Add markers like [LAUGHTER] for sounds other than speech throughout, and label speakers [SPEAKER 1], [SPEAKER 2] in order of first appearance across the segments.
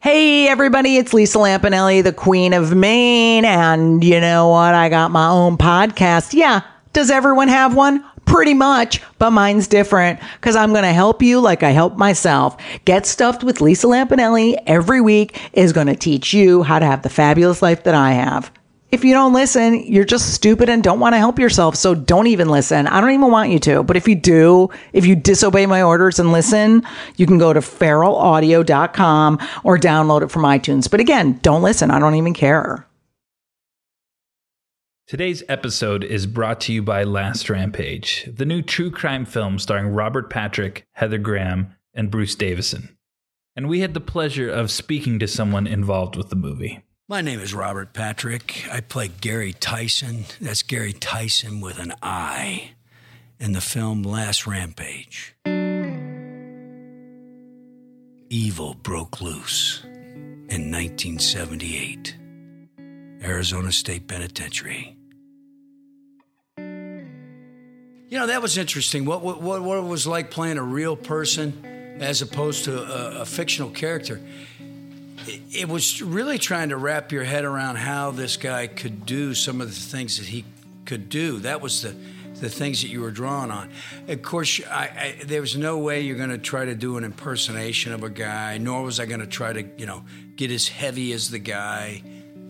[SPEAKER 1] Hey, everybody, it's Lisa Lampanelli, the Queen of Maine. And you know what? I got my own podcast. Yeah. Does everyone have one? Pretty much, but mine's different because I'm going to help you like I help myself. Get Stuffed with Lisa Lampanelli every week is going to teach you how to have the fabulous life that I have. If you don't listen, you're just stupid and don't want to help yourself. So don't even listen. I don't even want you to. But if you do, if you disobey my orders and listen, you can go to feralaudio.com or download it from iTunes. But again, don't listen. I don't even care.
[SPEAKER 2] Today's episode is brought to you by Last Rampage, the new true crime film starring Robert Patrick, Heather Graham, and Bruce Davison. And we had the pleasure of speaking to someone involved with the movie.
[SPEAKER 3] My name is Robert Patrick. I play Gary Tyson. That's Gary Tyson with an I in the film Last Rampage. Evil broke loose in 1978, Arizona State Penitentiary. You know, that was interesting. What, what, what what it was like playing a real person as opposed to a, a fictional character it was really trying to wrap your head around how this guy could do some of the things that he could do. That was the the things that you were drawing on. Of course, I, I, there was no way you're going to try to do an impersonation of a guy, nor was I going to try to you know get as heavy as the guy.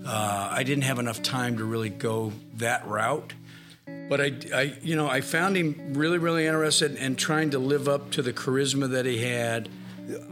[SPEAKER 3] Uh, I didn't have enough time to really go that route. But I, I, you know, I found him really, really interested in trying to live up to the charisma that he had.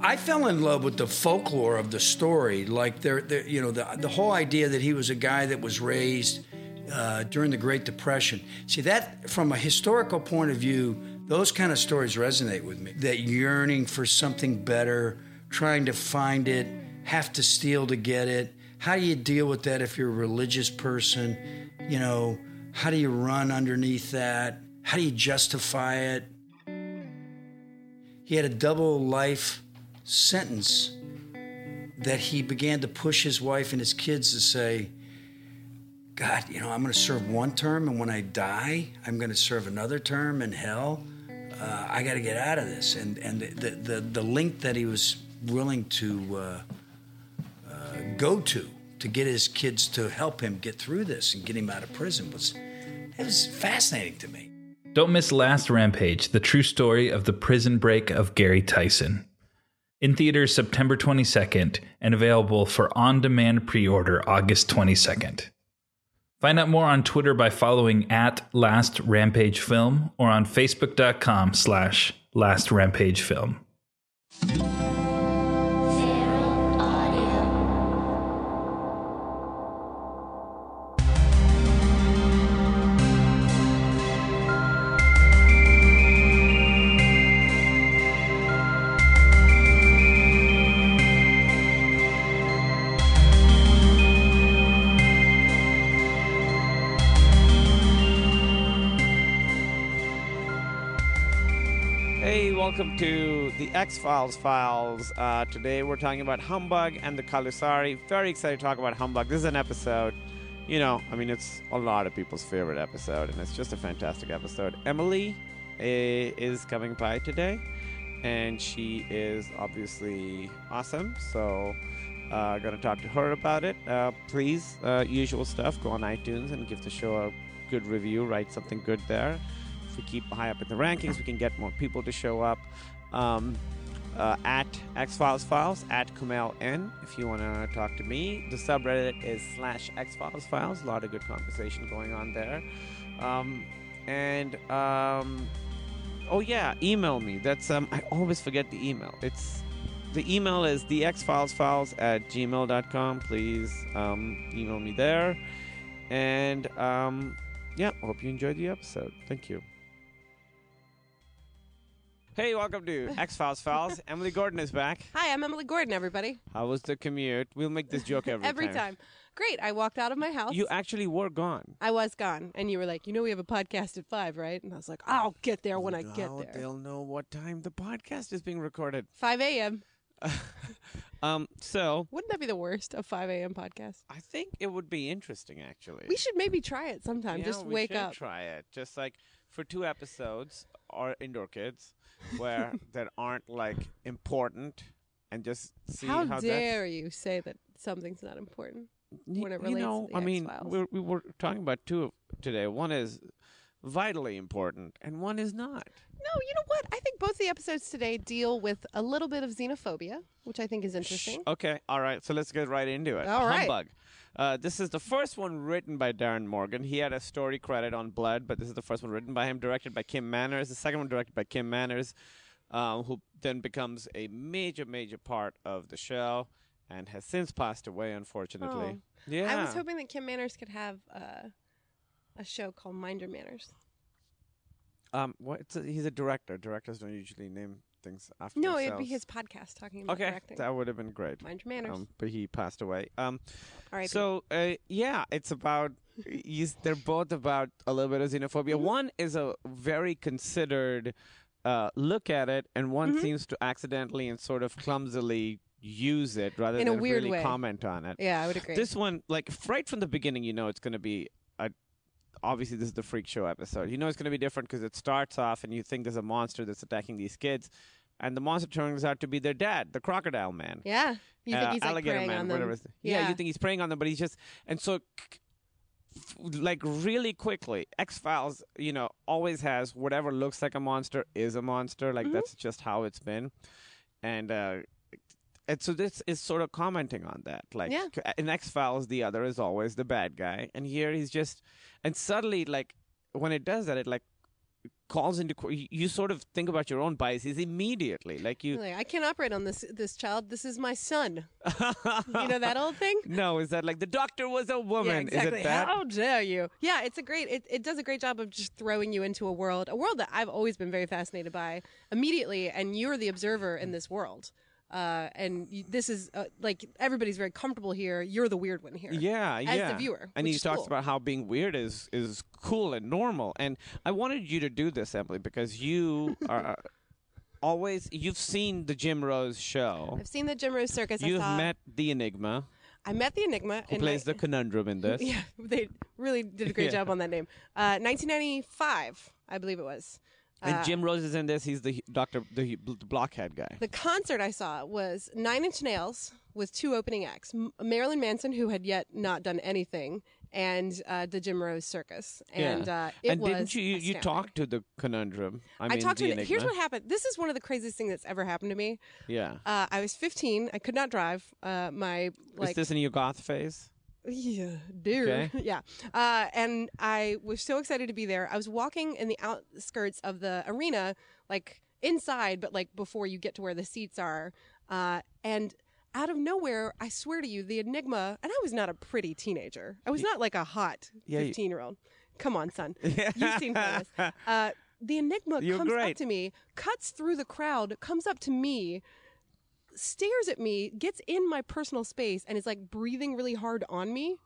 [SPEAKER 3] I fell in love with the folklore of the story, like there, there you know, the the whole idea that he was a guy that was raised uh, during the Great Depression. See that from a historical point of view, those kind of stories resonate with me. That yearning for something better, trying to find it, have to steal to get it. How do you deal with that if you're a religious person? You know, how do you run underneath that? How do you justify it? He had a double life sentence that he began to push his wife and his kids to say, God, you know, I'm going to serve one term, and when I die, I'm going to serve another term in hell. Uh, I got to get out of this. And and the the, the length that he was willing to uh, uh, go to to get his kids to help him get through this and get him out of prison was it was fascinating to me.
[SPEAKER 2] Don't miss Last Rampage, the true story of the prison break of Gary Tyson. In theaters September 22nd and available for on demand pre order August 22nd. Find out more on Twitter by following at Last Rampage Film or on Facebook.com slash Last Rampage Film.
[SPEAKER 4] Feral Audio.
[SPEAKER 5] Hey, welcome to the X Files Files. Uh, today we're talking about Humbug and the Kalusari. Very excited to talk about Humbug. This is an episode, you know, I mean, it's a lot of people's favorite episode, and it's just a fantastic episode. Emily eh, is coming by today, and she is obviously awesome. So, uh, gonna talk to her about it. Uh, please, uh, usual stuff, go on iTunes and give the show a good review, write something good there. If we keep high up in the rankings, we can get more people to show up. Um, uh, at X Files Files, at Kumail N, if you want to talk to me. The subreddit is slash X Files Files. A lot of good conversation going on there. Um, and um, oh, yeah, email me. That's um, I always forget the email. It's the email is thexfilesfiles at gmail.com. Please um, email me there. And um, yeah, hope you enjoyed the episode. Thank you. Hey, welcome
[SPEAKER 6] [LAUGHS]
[SPEAKER 5] to X Files Files. Emily Gordon is back.
[SPEAKER 6] Hi, I'm Emily Gordon, everybody.
[SPEAKER 5] How was the commute? We'll make this joke every,
[SPEAKER 6] Every time. Great. I walked out of my house.
[SPEAKER 5] You actually were gone.
[SPEAKER 6] I was gone. And you were like, you know, we have a podcast at five, right? And I was like, I'll get there when I get
[SPEAKER 5] Now
[SPEAKER 6] there.
[SPEAKER 5] They'll know what time the podcast is being recorded.
[SPEAKER 6] 5 a.m.
[SPEAKER 5] [LAUGHS] Um, so
[SPEAKER 6] Wouldn't that be the worst of 5 a.m. podcast?
[SPEAKER 5] I think it would be interesting actually.
[SPEAKER 6] We should maybe try it sometime.
[SPEAKER 5] Yeah,
[SPEAKER 6] Just
[SPEAKER 5] we
[SPEAKER 6] wake
[SPEAKER 5] should
[SPEAKER 6] up.
[SPEAKER 5] Try it. Just like for two
[SPEAKER 6] [LAUGHS]
[SPEAKER 5] episodes, our indoor kids, where that aren't like important and just see
[SPEAKER 6] how,
[SPEAKER 5] how, that's-
[SPEAKER 6] dare you say that something's not important?
[SPEAKER 5] Y-
[SPEAKER 6] when it
[SPEAKER 5] you
[SPEAKER 6] relates to
[SPEAKER 5] know,
[SPEAKER 6] the
[SPEAKER 5] I mean,
[SPEAKER 6] X-Files.
[SPEAKER 5] we're, we were talking about two of- today. One is vitally important, and one is not.
[SPEAKER 6] No, you know what? I think both the episodes today deal with a little bit of xenophobia, which I think is interesting.
[SPEAKER 5] Okay, all right. So let's get right into it.
[SPEAKER 6] All right.
[SPEAKER 5] Humbug. Uh, this is the first one written by Darren Morgan. He had a story credit on Blood, but this is the first one written by him, directed by Kim Manners. The second one directed by Kim Manners, um, who then becomes a major, major part of the show, and has since passed away, unfortunately. Yeah.
[SPEAKER 6] Oh. I was hoping that Kim Manners could have uh, a show called Mind Your Manners.
[SPEAKER 5] Um, what, it's a, he's a director. Directors don't usually name things after
[SPEAKER 6] No, it'd be
[SPEAKER 5] themselves.
[SPEAKER 6] his podcast talking about
[SPEAKER 5] Okay,
[SPEAKER 6] directing.
[SPEAKER 5] that would have been great.
[SPEAKER 6] Mind your manners.
[SPEAKER 5] Um, but he passed away. Um,
[SPEAKER 6] R.I.P..
[SPEAKER 5] so uh, yeah, it's about. He's, they're both about a little bit of xenophobia.
[SPEAKER 6] Mm-hmm.
[SPEAKER 5] One is a very considered uh, look at it, and one
[SPEAKER 6] Mm-hmm.
[SPEAKER 5] seems to accidentally and sort of clumsily use it rather
[SPEAKER 6] In a
[SPEAKER 5] than
[SPEAKER 6] weird
[SPEAKER 5] really
[SPEAKER 6] way.
[SPEAKER 5] comment on it.
[SPEAKER 6] yeah, I would agree.
[SPEAKER 5] This one, like right from the beginning, you know it's going to be a. Obviously, this is the freak show episode. You know it's going to be different because it starts off and you think there's a monster that's attacking these kids, and the monster turns out to be their dad, the crocodile man.
[SPEAKER 6] yeah, you think
[SPEAKER 5] Uh,
[SPEAKER 6] he's like
[SPEAKER 5] alligator
[SPEAKER 6] preying
[SPEAKER 5] man,
[SPEAKER 6] on them?
[SPEAKER 5] whatever. it is. Yeah. you think he's preying on them, but he's just and so, k- f- like really quickly, X Files, you know, always has whatever looks like a monster is a monster. Like
[SPEAKER 6] Mm-hmm.
[SPEAKER 5] that's just how it's been, and uh, and so this is sort of commenting on that. Like
[SPEAKER 6] Yeah.
[SPEAKER 5] c- in X Files, the other is always the bad guy, and here he's just and suddenly like when it does that, it like calls into que- you- you sort of think about your own biases immediately like you
[SPEAKER 6] Like, I can't operate on this this child. This is my son. [LAUGHS] you
[SPEAKER 5] [LAUGHS]
[SPEAKER 6] know that old thing?
[SPEAKER 5] No, is that like the doctor was a woman?
[SPEAKER 6] Yeah, exactly.
[SPEAKER 5] Is it that?
[SPEAKER 6] How dare you? Yeah, it's a great. It, it does a great job of just throwing you into a world, a world that I've always been very fascinated by immediately, and you're the observer in this world. Uh, and you, this is uh, like everybody's very comfortable here. You're the weird one here.
[SPEAKER 5] Yeah,
[SPEAKER 6] as
[SPEAKER 5] yeah.
[SPEAKER 6] the viewer.
[SPEAKER 5] and
[SPEAKER 6] which
[SPEAKER 5] he
[SPEAKER 6] is
[SPEAKER 5] talks
[SPEAKER 6] cool.
[SPEAKER 5] about how being weird is is cool and normal. And I wanted you to do this, Emily, because
[SPEAKER 6] [LAUGHS]
[SPEAKER 5] you are uh, always you've seen the Jim Rose show.
[SPEAKER 6] I've seen the Jim Rose Circus. I
[SPEAKER 5] You've
[SPEAKER 6] saw,
[SPEAKER 5] met the Enigma,
[SPEAKER 6] I met the Enigma.
[SPEAKER 5] who
[SPEAKER 6] and
[SPEAKER 5] plays
[SPEAKER 6] I-
[SPEAKER 5] the conundrum in this.
[SPEAKER 6] [LAUGHS] Yeah, they really did a great
[SPEAKER 5] Yeah.
[SPEAKER 6] job on that name. Uh, 1995, I believe it was.
[SPEAKER 5] And Jim Rose is in this. He's the doctor, the, the blockhead guy.
[SPEAKER 6] The concert I saw was Nine Inch Nails with two opening acts: M- Marilyn Manson, who had yet not done anything, and uh, the Jim Rose Circus. And uh, it
[SPEAKER 5] and
[SPEAKER 6] was
[SPEAKER 5] didn't you you, you
[SPEAKER 6] astounding.
[SPEAKER 5] talked to the conundrum? I,
[SPEAKER 6] I
[SPEAKER 5] mean,
[SPEAKER 6] talked
[SPEAKER 5] the
[SPEAKER 6] to. him.
[SPEAKER 5] Enigma.
[SPEAKER 6] Here's what happened. This is one of the craziest things that's ever happened to me.
[SPEAKER 5] Yeah.
[SPEAKER 6] Uh, I was 15. I could not drive. Uh, my like
[SPEAKER 5] is this in your goth phase?
[SPEAKER 6] yeah, dude.
[SPEAKER 5] Okay.
[SPEAKER 6] [LAUGHS] Yeah. Uh, and I was so excited to be there. I was walking in the outskirts of the arena, like inside, but like before you get to where the seats are. Uh, and out of nowhere, I swear to you, the Enigma, and I was not a pretty teenager. I was not like a hot
[SPEAKER 5] Yeah, you-
[SPEAKER 6] 15 year old. Come on, son. You've seen photos.
[SPEAKER 5] [LAUGHS]
[SPEAKER 6] Uh, the Enigma
[SPEAKER 5] You're
[SPEAKER 6] comes up
[SPEAKER 5] great.
[SPEAKER 6] to me, cuts through the crowd, comes up to me, stares at me, gets in my personal space, and is like breathing really hard on me.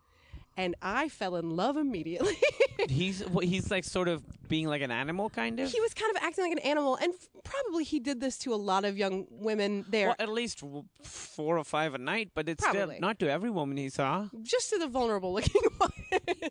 [SPEAKER 6] And I fell in love immediately. [LAUGHS]
[SPEAKER 5] He's well, he's like sort of being like an animal, kind of.
[SPEAKER 6] he was kind of acting like an animal, and f- probably he did this to a lot of young women there,
[SPEAKER 5] Well, at least w- four or five a night, but it's
[SPEAKER 6] Probably.
[SPEAKER 5] still not to every woman he saw.
[SPEAKER 6] just to the vulnerable looking [LAUGHS] one.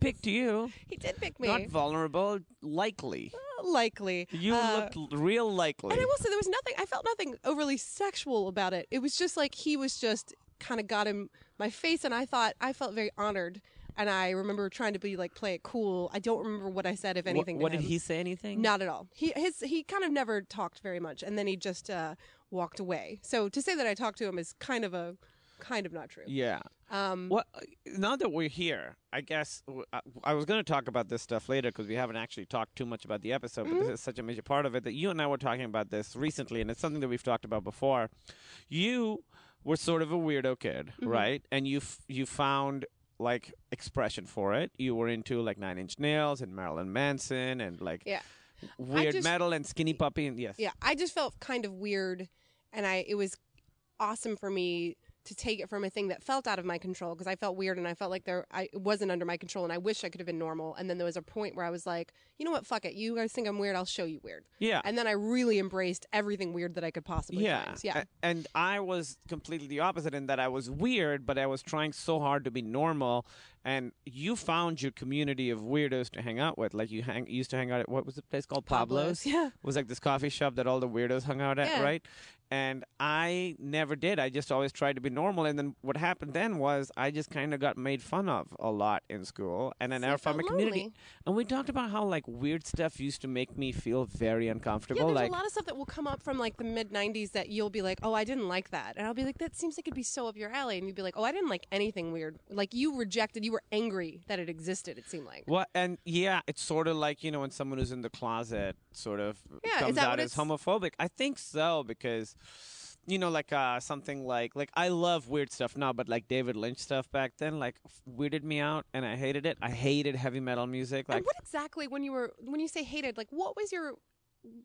[SPEAKER 5] Picked you.
[SPEAKER 6] he did pick me.
[SPEAKER 5] Not vulnerable, likely.
[SPEAKER 6] likely.
[SPEAKER 5] You
[SPEAKER 6] Uh,
[SPEAKER 5] looked l- real likely.
[SPEAKER 6] And I will say there was nothing. I felt nothing overly sexual about it. It was just like he was just kind of got in my face, and I thought I felt very honored. And I remember trying to be like play it cool. I don't remember what I said, if
[SPEAKER 5] Wh-
[SPEAKER 6] anything. to
[SPEAKER 5] what did
[SPEAKER 6] him.
[SPEAKER 5] he say? Anything?
[SPEAKER 6] Not at all. He his he kind of never talked very much, and then he just uh, walked away. So to say that I talked to him is kind of a kind of not true.
[SPEAKER 5] Yeah.
[SPEAKER 6] Mm-hmm.
[SPEAKER 5] Um. Well, now that we're here, I guess w- I, I was going to talk about this stuff later because we haven't actually talked too much about the episode, but
[SPEAKER 6] Mm-hmm.
[SPEAKER 5] this is such a major part of it that you and I were talking about this recently, and it's something that we've talked about before. You were sort of a weirdo kid,
[SPEAKER 6] Mm-hmm.
[SPEAKER 5] right? And you f- you found like expression for it. You were into like Nine Inch Nails and Marilyn Manson and like
[SPEAKER 6] Yeah.
[SPEAKER 5] weird
[SPEAKER 6] just-
[SPEAKER 5] metal and Skinny Puppy and yes,
[SPEAKER 6] yeah i just felt kind of weird and i it was awesome for me to take it from a thing that felt out of my control because i felt weird and i felt like there i it wasn't under my control and i wish i could have been normal and then there was a point where i was like you know what fuck it you guys think i'm weird i'll show you weird
[SPEAKER 5] Yeah.
[SPEAKER 6] and then i really embraced everything weird that i could possibly find. yeah
[SPEAKER 5] a- And I was completely the opposite in that I was weird, but I was trying so hard to be normal. And you found your community of weirdos to hang out with. Like you hang you used to hang out at what was the place called Pablo's?
[SPEAKER 6] Pablo's, yeah.
[SPEAKER 5] It was like this coffee shop that all the weirdos hung out at,
[SPEAKER 6] Yeah.
[SPEAKER 5] right? and I never did. I just always tried to be normal. And then what happened then was I just kind of got made fun of a lot in school, and I
[SPEAKER 6] So
[SPEAKER 5] never
[SPEAKER 6] you
[SPEAKER 5] found my
[SPEAKER 6] felt
[SPEAKER 5] community.
[SPEAKER 6] lonely.
[SPEAKER 5] And we talked about how like weird stuff used to make me feel very
[SPEAKER 6] Yeah,
[SPEAKER 5] uncomfortable.
[SPEAKER 6] there's
[SPEAKER 5] like
[SPEAKER 6] a lot of stuff that will come up from like the mid 90s that you'll be like, oh, I didn't like that. And I'll be like, that seems like it'd be so up your alley. And you'd be like, oh, I didn't like anything weird. Like you rejected, you were angry that it existed, it seemed like.
[SPEAKER 5] Well, and yeah, it's sort of like you know when someone who's in the closet sort of
[SPEAKER 6] Yeah, is
[SPEAKER 5] comes
[SPEAKER 6] that
[SPEAKER 5] out
[SPEAKER 6] what
[SPEAKER 5] as
[SPEAKER 6] it's-
[SPEAKER 5] homophobic. I think so because you know like uh something like like I love weird stuff now, but like David Lynch stuff back then like f- weirded me out and I hated it. I hated heavy metal music. Like
[SPEAKER 6] and what exactly when you were when you say hated, like what was your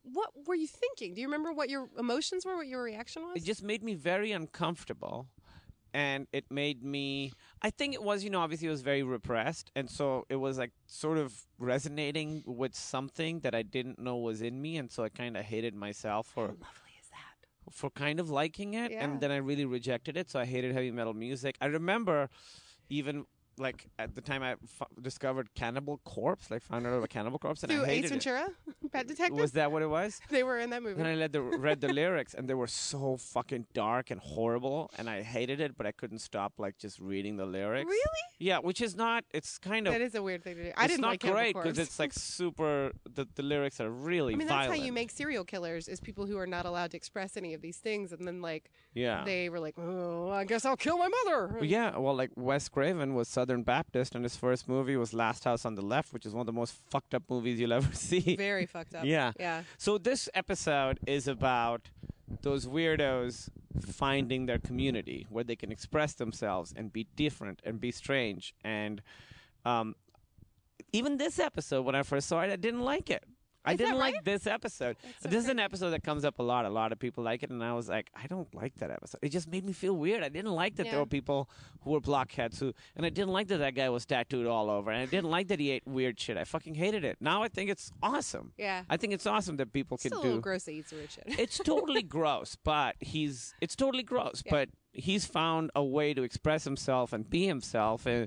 [SPEAKER 6] what were you thinking? Do you remember what your emotions were, what your reaction was?
[SPEAKER 5] it just made me very uncomfortable and it made me i think it was you know obviously it was very repressed and so it was like sort of resonating with something that i didn't know was in me and so i kind of hated myself for for kind of liking it
[SPEAKER 6] Yeah.
[SPEAKER 5] and then i really rejected it so i hated heavy metal music i remember even like at the time I f- discovered cannibal corpse like found out about cannibal corpse and
[SPEAKER 6] Through
[SPEAKER 5] i hated
[SPEAKER 6] Ace Ventura, [LAUGHS] Pet
[SPEAKER 5] it
[SPEAKER 6] Detective.
[SPEAKER 5] was that what it was
[SPEAKER 6] [LAUGHS] they were in that movie.
[SPEAKER 5] then I read the, read the lyrics, and they were so fucking dark and horrible, and I hated it, but I couldn't stop like just reading the lyrics.
[SPEAKER 6] Really?
[SPEAKER 5] Yeah, which is not. It's kind of.
[SPEAKER 6] That is a weird thing to do. I
[SPEAKER 5] it's
[SPEAKER 6] didn't
[SPEAKER 5] not
[SPEAKER 6] like Cannibal
[SPEAKER 5] great because
[SPEAKER 6] Corpse.
[SPEAKER 5] it's like super. The, the lyrics are really
[SPEAKER 6] I mean, that's
[SPEAKER 5] violent.
[SPEAKER 6] how you make serial killers is people who are not allowed to express any of these things, and then like
[SPEAKER 5] Yeah.
[SPEAKER 6] they were like, oh, I guess I'll kill my mother.
[SPEAKER 5] yeah, well, like Wes Craven was Southern Baptist, and his first movie was Last House on the Left, which is one of the most fucked up movies you'll ever [LAUGHS] see.
[SPEAKER 6] Very fucked up.
[SPEAKER 5] Yeah.
[SPEAKER 6] Yeah.
[SPEAKER 5] So this episode is about those weirdos finding their community where they can express themselves and be different and be strange. And um, even this episode, when I first saw it, I didn't like it. I
[SPEAKER 6] Is that
[SPEAKER 5] didn't like
[SPEAKER 6] right?
[SPEAKER 5] this episode. this is an episode that comes up a lot. A lot of people like it, and I was like, I don't like that episode. It just made me feel weird. I didn't like that there
[SPEAKER 6] Yeah.
[SPEAKER 5] were people who were blockheads who, and I didn't like that that guy was tattooed all over, and I didn't like that he ate weird shit. I fucking hated it. Now I think it's awesome.
[SPEAKER 6] Yeah.
[SPEAKER 5] I think it's awesome that people can
[SPEAKER 6] Still a
[SPEAKER 5] do.
[SPEAKER 6] little [LAUGHS] gross that eats weird shit.
[SPEAKER 5] It's totally gross, but he's it's totally gross, but he's found a way to express himself and be himself in,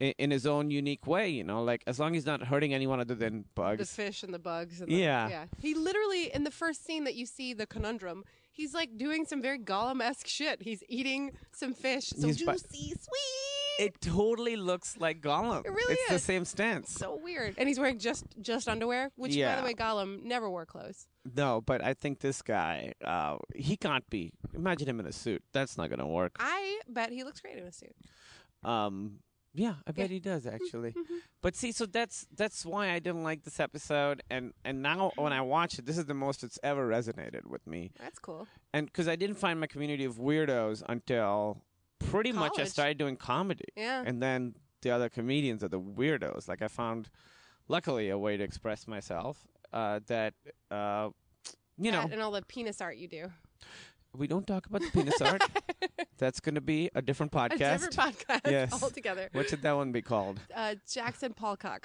[SPEAKER 5] in in his own unique way. You know, like as long as he's not hurting anyone other than
[SPEAKER 6] the
[SPEAKER 5] bugs.
[SPEAKER 6] fish and the bugs. And the,
[SPEAKER 5] Yeah.
[SPEAKER 6] Yeah. He literally, in the first scene that you see the conundrum, he's like doing some very Gollum esque shit. He's eating some fish. So
[SPEAKER 5] He's
[SPEAKER 6] juicy,
[SPEAKER 5] bu-
[SPEAKER 6] sweet.
[SPEAKER 5] It totally looks like Gollum.
[SPEAKER 6] It really
[SPEAKER 5] it's the
[SPEAKER 6] is.
[SPEAKER 5] same stance.
[SPEAKER 6] so weird. And he's wearing just just underwear, which, by
[SPEAKER 5] Yeah.
[SPEAKER 6] the way, Gollum never wore clothes.
[SPEAKER 5] No, but I think this guy, uh, he can't be. Imagine him in a suit. That's not gonna work.
[SPEAKER 6] I bet he looks great in a
[SPEAKER 5] [LAUGHS]
[SPEAKER 6] suit.
[SPEAKER 5] Um, yeah, I bet he
[SPEAKER 6] Hmm.
[SPEAKER 5] does actually.
[SPEAKER 6] Mm-hmm.
[SPEAKER 5] but see, so that's that's why I didn't like this episode, and and now when I watch it, this is the most it's ever resonated with me,
[SPEAKER 6] That's cool.
[SPEAKER 5] and because I didn't find my community of weirdos until pretty much I
[SPEAKER 6] College.
[SPEAKER 5] started doing comedy,
[SPEAKER 6] Yeah.
[SPEAKER 5] and then the other comedians are the weirdos. Like I found, luckily, a way to express myself uh, that. Uh, you know,
[SPEAKER 6] That and all the penis art you do.
[SPEAKER 5] we don't talk about the penis
[SPEAKER 6] [LAUGHS]
[SPEAKER 5] art. That's going to be a different podcast.
[SPEAKER 6] A different podcast
[SPEAKER 5] Yes.
[SPEAKER 6] altogether.
[SPEAKER 5] What should that one be called?
[SPEAKER 6] Uh, Jackson Polcock.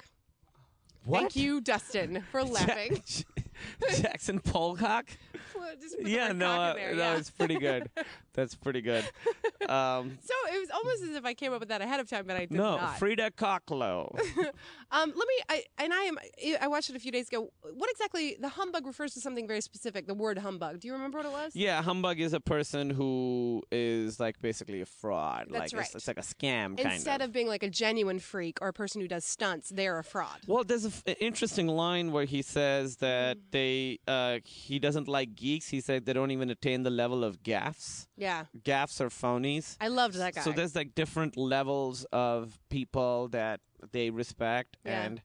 [SPEAKER 5] What?
[SPEAKER 6] Thank you, Dustin,
[SPEAKER 5] [LAUGHS]
[SPEAKER 6] for laughing. [LAUGHS]
[SPEAKER 5] Jackson Polcock.
[SPEAKER 6] Just put the
[SPEAKER 5] yeah,
[SPEAKER 6] word
[SPEAKER 5] no,
[SPEAKER 6] cock
[SPEAKER 5] uh,
[SPEAKER 6] in there,
[SPEAKER 5] that
[SPEAKER 6] yeah.
[SPEAKER 5] was pretty
[SPEAKER 6] [LAUGHS]
[SPEAKER 5] good. That's pretty good. Um,
[SPEAKER 6] So it was almost as if I came up with that ahead of time, but I did
[SPEAKER 5] no,
[SPEAKER 6] not.
[SPEAKER 5] Frida Kahlo.
[SPEAKER 6] um, let me. I and I am. I watched it a few days ago. What exactly? The humbug refers to something very specific. The word humbug. Do you remember what it was?
[SPEAKER 5] yeah, humbug is a person who is like basically a fraud. like
[SPEAKER 6] That's
[SPEAKER 5] it's,
[SPEAKER 6] right.
[SPEAKER 5] it's like a scam kind
[SPEAKER 6] Instead of. being like a genuine freak or a person who does stunts, they're a fraud.
[SPEAKER 5] Well, there's an interesting line where he says that
[SPEAKER 6] Mm.
[SPEAKER 5] they uh, he doesn't like geeks. He said they don't even attain the level of gaffs.
[SPEAKER 6] Yeah,
[SPEAKER 5] Gaffs are phonies.
[SPEAKER 6] I loved that guy.
[SPEAKER 5] So there's like different levels of people that they respect,
[SPEAKER 6] Yeah.
[SPEAKER 5] and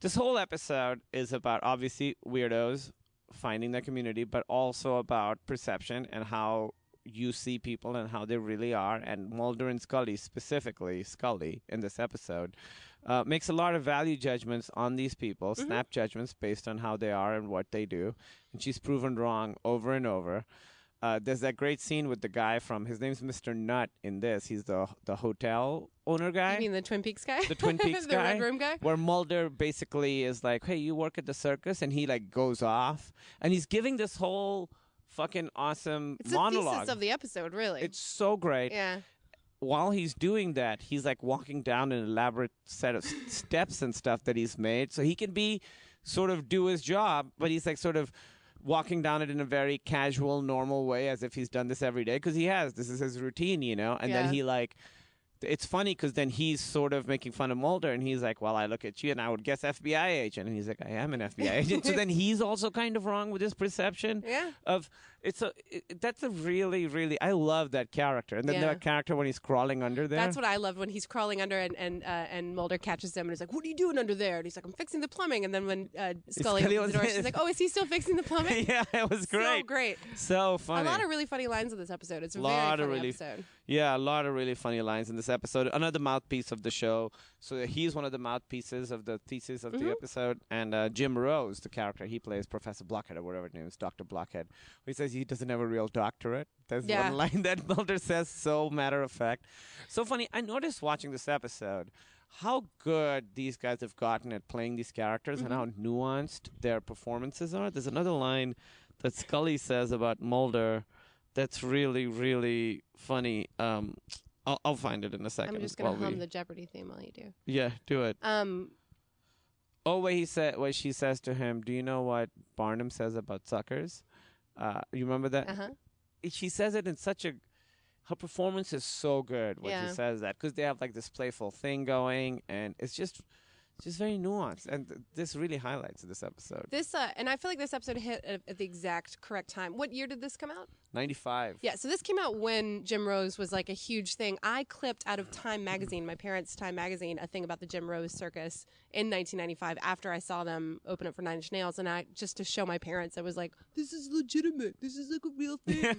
[SPEAKER 5] this whole episode is about obviously weirdos finding their community, but also about perception and how you see people and how they really are. And Mulder and Scully, specifically Scully, in this episode, uh, makes a lot of value judgments on these people,
[SPEAKER 6] Mm-hmm.
[SPEAKER 5] snap judgments based on how they are and what they do. And she's proven wrong over and over. Uh, there's that great scene with the guy from his name's Mr. Nut in this. He's the the hotel owner guy
[SPEAKER 6] you mean the Twin Peaks guy?
[SPEAKER 5] the Twin
[SPEAKER 6] [LAUGHS]
[SPEAKER 5] Peaks
[SPEAKER 6] the
[SPEAKER 5] guy,
[SPEAKER 6] Red Room guy.
[SPEAKER 5] where Mulder basically is like, "Hey, you work at the circus," and he like goes off, and he's giving this whole fucking awesome
[SPEAKER 6] It's the
[SPEAKER 5] monologue.
[SPEAKER 6] thesis of the episode, really.
[SPEAKER 5] it's so great.
[SPEAKER 6] yeah.
[SPEAKER 5] While he's doing that, he's like walking down an elaborate set of s- steps and stuff that he's made, so he can be sort of do his job, but he's like sort of walking down it in a very casual, normal way, as if he's done this every day, because he has. This is his routine, you know. And
[SPEAKER 6] Yeah.
[SPEAKER 5] then he like, it's funny because then he's sort of making fun of Mulder, and he's like, "Well, I look at you, and I would guess FBI agent," and he's like, "I am an FBI
[SPEAKER 6] [LAUGHS]
[SPEAKER 5] agent." so then he's also kind of wrong with his perception
[SPEAKER 6] Yeah.
[SPEAKER 5] of it's a it, that's a really really I love that character, and then
[SPEAKER 6] Yeah.
[SPEAKER 5] that character when he's crawling under there.
[SPEAKER 6] That's what I loved when he's crawling under and and uh, and Mulder catches him and is like, "What are you doing under there?" And he's like, "I'm fixing the plumbing." And then when uh, Scully
[SPEAKER 5] Scully
[SPEAKER 6] opens the door,
[SPEAKER 5] was-
[SPEAKER 6] she's like, "Oh, is he still fixing the plumbing?"
[SPEAKER 5] [LAUGHS] yeah, it was great.
[SPEAKER 6] So great.
[SPEAKER 5] So funny.
[SPEAKER 6] A lot of really funny lines in this episode. It's a
[SPEAKER 5] lot
[SPEAKER 6] very
[SPEAKER 5] of
[SPEAKER 6] funny
[SPEAKER 5] really,
[SPEAKER 6] episode.
[SPEAKER 5] yeah, a lot of really funny lines in this episode. Another mouthpiece of the show. So he's one of the mouthpieces of the thesis of the episode, and uh, Jim Rose, the character he plays, Professor Blockhead or whatever his name is, Doctor Blockhead. He says he doesn't have a real doctorate. There's
[SPEAKER 6] Yeah.
[SPEAKER 5] one line [LAUGHS] that Mulder says, so matter of fact. So funny. I noticed watching this episode how good these guys have gotten at playing these characters and how nuanced their performances are. There's another line that Scully says about Mulder that's really, really funny. Um, I'll, I'll find it in a 2nd
[SPEAKER 6] I'm just gonna
[SPEAKER 5] while
[SPEAKER 6] hum
[SPEAKER 5] we-
[SPEAKER 6] the Jeopardy theme while you do.
[SPEAKER 5] yeah, do it.
[SPEAKER 6] Um,
[SPEAKER 5] Oh, what he said, what she says to him. Do you know what Barnum says about suckers? Uh, you remember that?
[SPEAKER 6] Uh-huh.
[SPEAKER 5] She says it in such a. Her performance is so good when
[SPEAKER 6] Yeah.
[SPEAKER 5] she says that because they have like this playful thing going, and it's just, it's just very nuanced, and th- this really highlights this episode.
[SPEAKER 6] this uh, and I feel like this episode hit at, at the exact correct time. What year did this come out?
[SPEAKER 5] Ninety-five.
[SPEAKER 6] Yeah, so this came out when Jim Rose was like a huge thing. I clipped out of Time magazine, my parents' Time magazine, a thing about the Jim Rose circus in 1995 after I saw them open up for Nine Inch Nails. And I, just to show my parents, I was like, this is legitimate. This is like a real
[SPEAKER 5] [LAUGHS]
[SPEAKER 6] thing.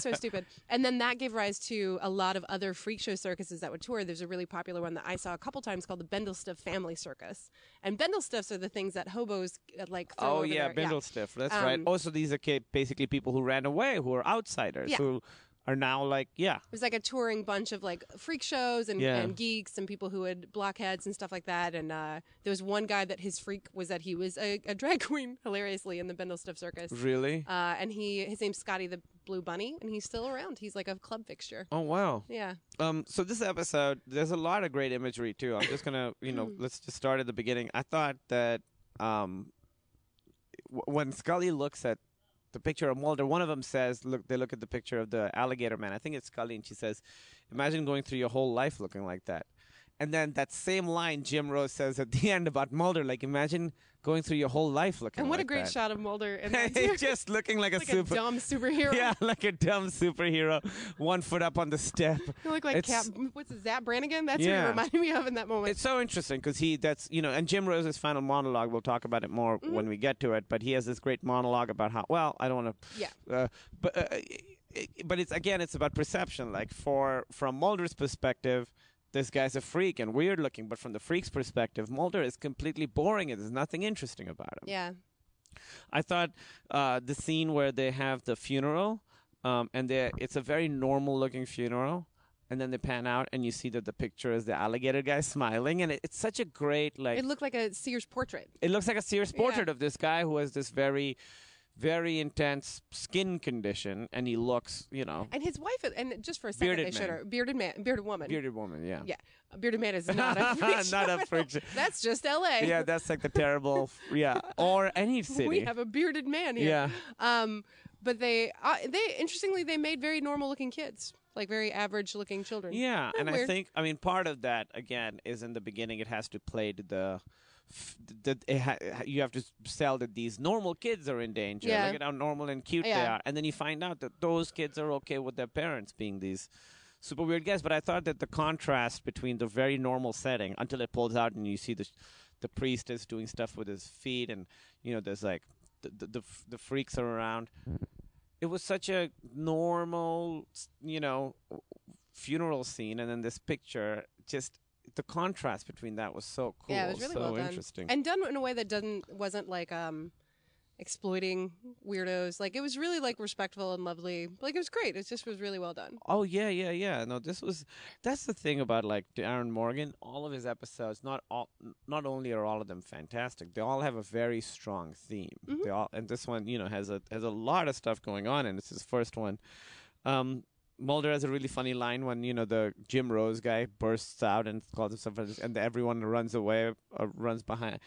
[SPEAKER 6] so stupid. And then that gave rise to a lot of other freak show circuses that would tour. There's a really popular one that I saw a couple times called the Bendelstiff Family Circus. And Bendelstiffs are the things that hobos uh, like throw
[SPEAKER 5] Oh
[SPEAKER 6] over
[SPEAKER 5] yeah,
[SPEAKER 6] their-
[SPEAKER 5] Bindlestiff. That's right.
[SPEAKER 6] Um,
[SPEAKER 5] Also, these are ca- basically people who ran away, who are outsiders,
[SPEAKER 6] Yeah.
[SPEAKER 5] who are now like, yeah,
[SPEAKER 6] it was like a touring bunch of like freak shows and,
[SPEAKER 5] Yeah.
[SPEAKER 6] and geeks and people who had blockheads and stuff like that. And uh, there was one guy that his freak was that he was a, a drag [LAUGHS] queen, hilariously, in the Bendel Stuff Circus.
[SPEAKER 5] really.
[SPEAKER 6] Uh, and he his name's Scotty the Blue Bunny, and he's still around. He's like a club fixture.
[SPEAKER 5] oh wow.
[SPEAKER 6] Yeah,
[SPEAKER 5] Um, so this episode, there's a lot of great imagery too. I'm just gonna, you
[SPEAKER 6] [LAUGHS]
[SPEAKER 5] know, let's just start at the beginning. I thought that um, w- when Scully looks at the picture of Mulder, one of them says, "Look, they look at the picture of the alligator man." I think it's Scully, and she says, "Imagine going through your whole life looking like that." And then that same line Jim Rose says at [LAUGHS] the end about Mulder, like, "Imagine going through your whole life looking."
[SPEAKER 6] and what
[SPEAKER 5] like
[SPEAKER 6] a
[SPEAKER 5] [LAUGHS]
[SPEAKER 6] great
[SPEAKER 5] that."
[SPEAKER 6] shot of Mulder and [LAUGHS]
[SPEAKER 5] just looking like a
[SPEAKER 6] like
[SPEAKER 5] super.
[SPEAKER 6] a dumb
[SPEAKER 5] [LAUGHS]
[SPEAKER 6] superhero. [LAUGHS]
[SPEAKER 5] yeah, like a dumb superhero, one foot up on the step.
[SPEAKER 6] You look like
[SPEAKER 5] It's-
[SPEAKER 6] Cap. What's it, Zap Brannigan? That's what
[SPEAKER 5] Yeah.
[SPEAKER 6] it reminded me of in that moment.
[SPEAKER 5] It's so interesting because he that's you know, and Jim Rose's final monologue. We'll talk about it more when we get to it. But he has this great monologue about how well I don't want to.
[SPEAKER 6] Yeah.
[SPEAKER 5] Uh, but uh, it- but it's again, it's about perception. Like for from Mulder's perspective. This guy's a freak and weird looking, but from the freak's perspective, Mulder is completely boring and there's nothing interesting about him.
[SPEAKER 6] yeah,
[SPEAKER 5] I thought uh, the scene where they have the funeral, um, and they it's a very normal looking funeral, and then they pan out and you see that the picture is the alligator guy smiling, and it, it's such a great like
[SPEAKER 6] it looked like a Sears portrait.
[SPEAKER 5] it looks like a serious portrait of this guy who has this very very intense skin condition, and he looks you know
[SPEAKER 6] And his wife, and just for a second,
[SPEAKER 5] Bearded
[SPEAKER 6] they showed
[SPEAKER 5] man.
[SPEAKER 6] her bearded man, bearded woman,
[SPEAKER 5] bearded woman, yeah,
[SPEAKER 6] Yeah, a
[SPEAKER 5] [LAUGHS]
[SPEAKER 6] bearded man is not a freak
[SPEAKER 5] Not
[SPEAKER 6] show
[SPEAKER 5] a
[SPEAKER 6] at all.
[SPEAKER 5] freak show.
[SPEAKER 6] That's just L.A.
[SPEAKER 5] yeah, that's like the terrible yeah or any city.
[SPEAKER 6] [LAUGHS] we have a bearded man here.
[SPEAKER 5] Yeah.
[SPEAKER 6] Um, but they uh, they interestingly they made very normal looking kids, like very average looking children.
[SPEAKER 5] Yeah, and I
[SPEAKER 6] weird.
[SPEAKER 5] think I mean part of that again is in the beginning it has to play to the f- that it ha- you have to s- sell that these normal kids are in danger.
[SPEAKER 6] Yeah.
[SPEAKER 5] Look at how normal and cute they
[SPEAKER 6] Yeah.
[SPEAKER 5] are, and then you find out that those kids are okay with their parents being these super weird guys. But I thought that the contrast between the very normal setting until it pulls out and you see the sh- the priest is doing stuff with his feet, and you know there's like the the the, f- the freaks are around it was such a normal, you know, funeral scene, and then this picture. Just the contrast between that was so cool.
[SPEAKER 6] Yeah, it was really
[SPEAKER 5] so
[SPEAKER 6] well done.
[SPEAKER 5] interesting.
[SPEAKER 6] and done in a way that doesn't wasn't like um exploiting weirdos. Like it was really like respectful and lovely. Like it was great. It just was really well done.
[SPEAKER 5] oh yeah, yeah, yeah. No, this was. That's the thing about like Aaron Morgan. All of his episodes, not all, not only are all of them fantastic, they all have a very strong theme. They all, and this one, you know, has a has a lot of stuff going on, and it's his first one. Um, Mulder has a really funny line when you know the Jim Rose guy bursts out and calls himself, and everyone uh, runs away or runs behind,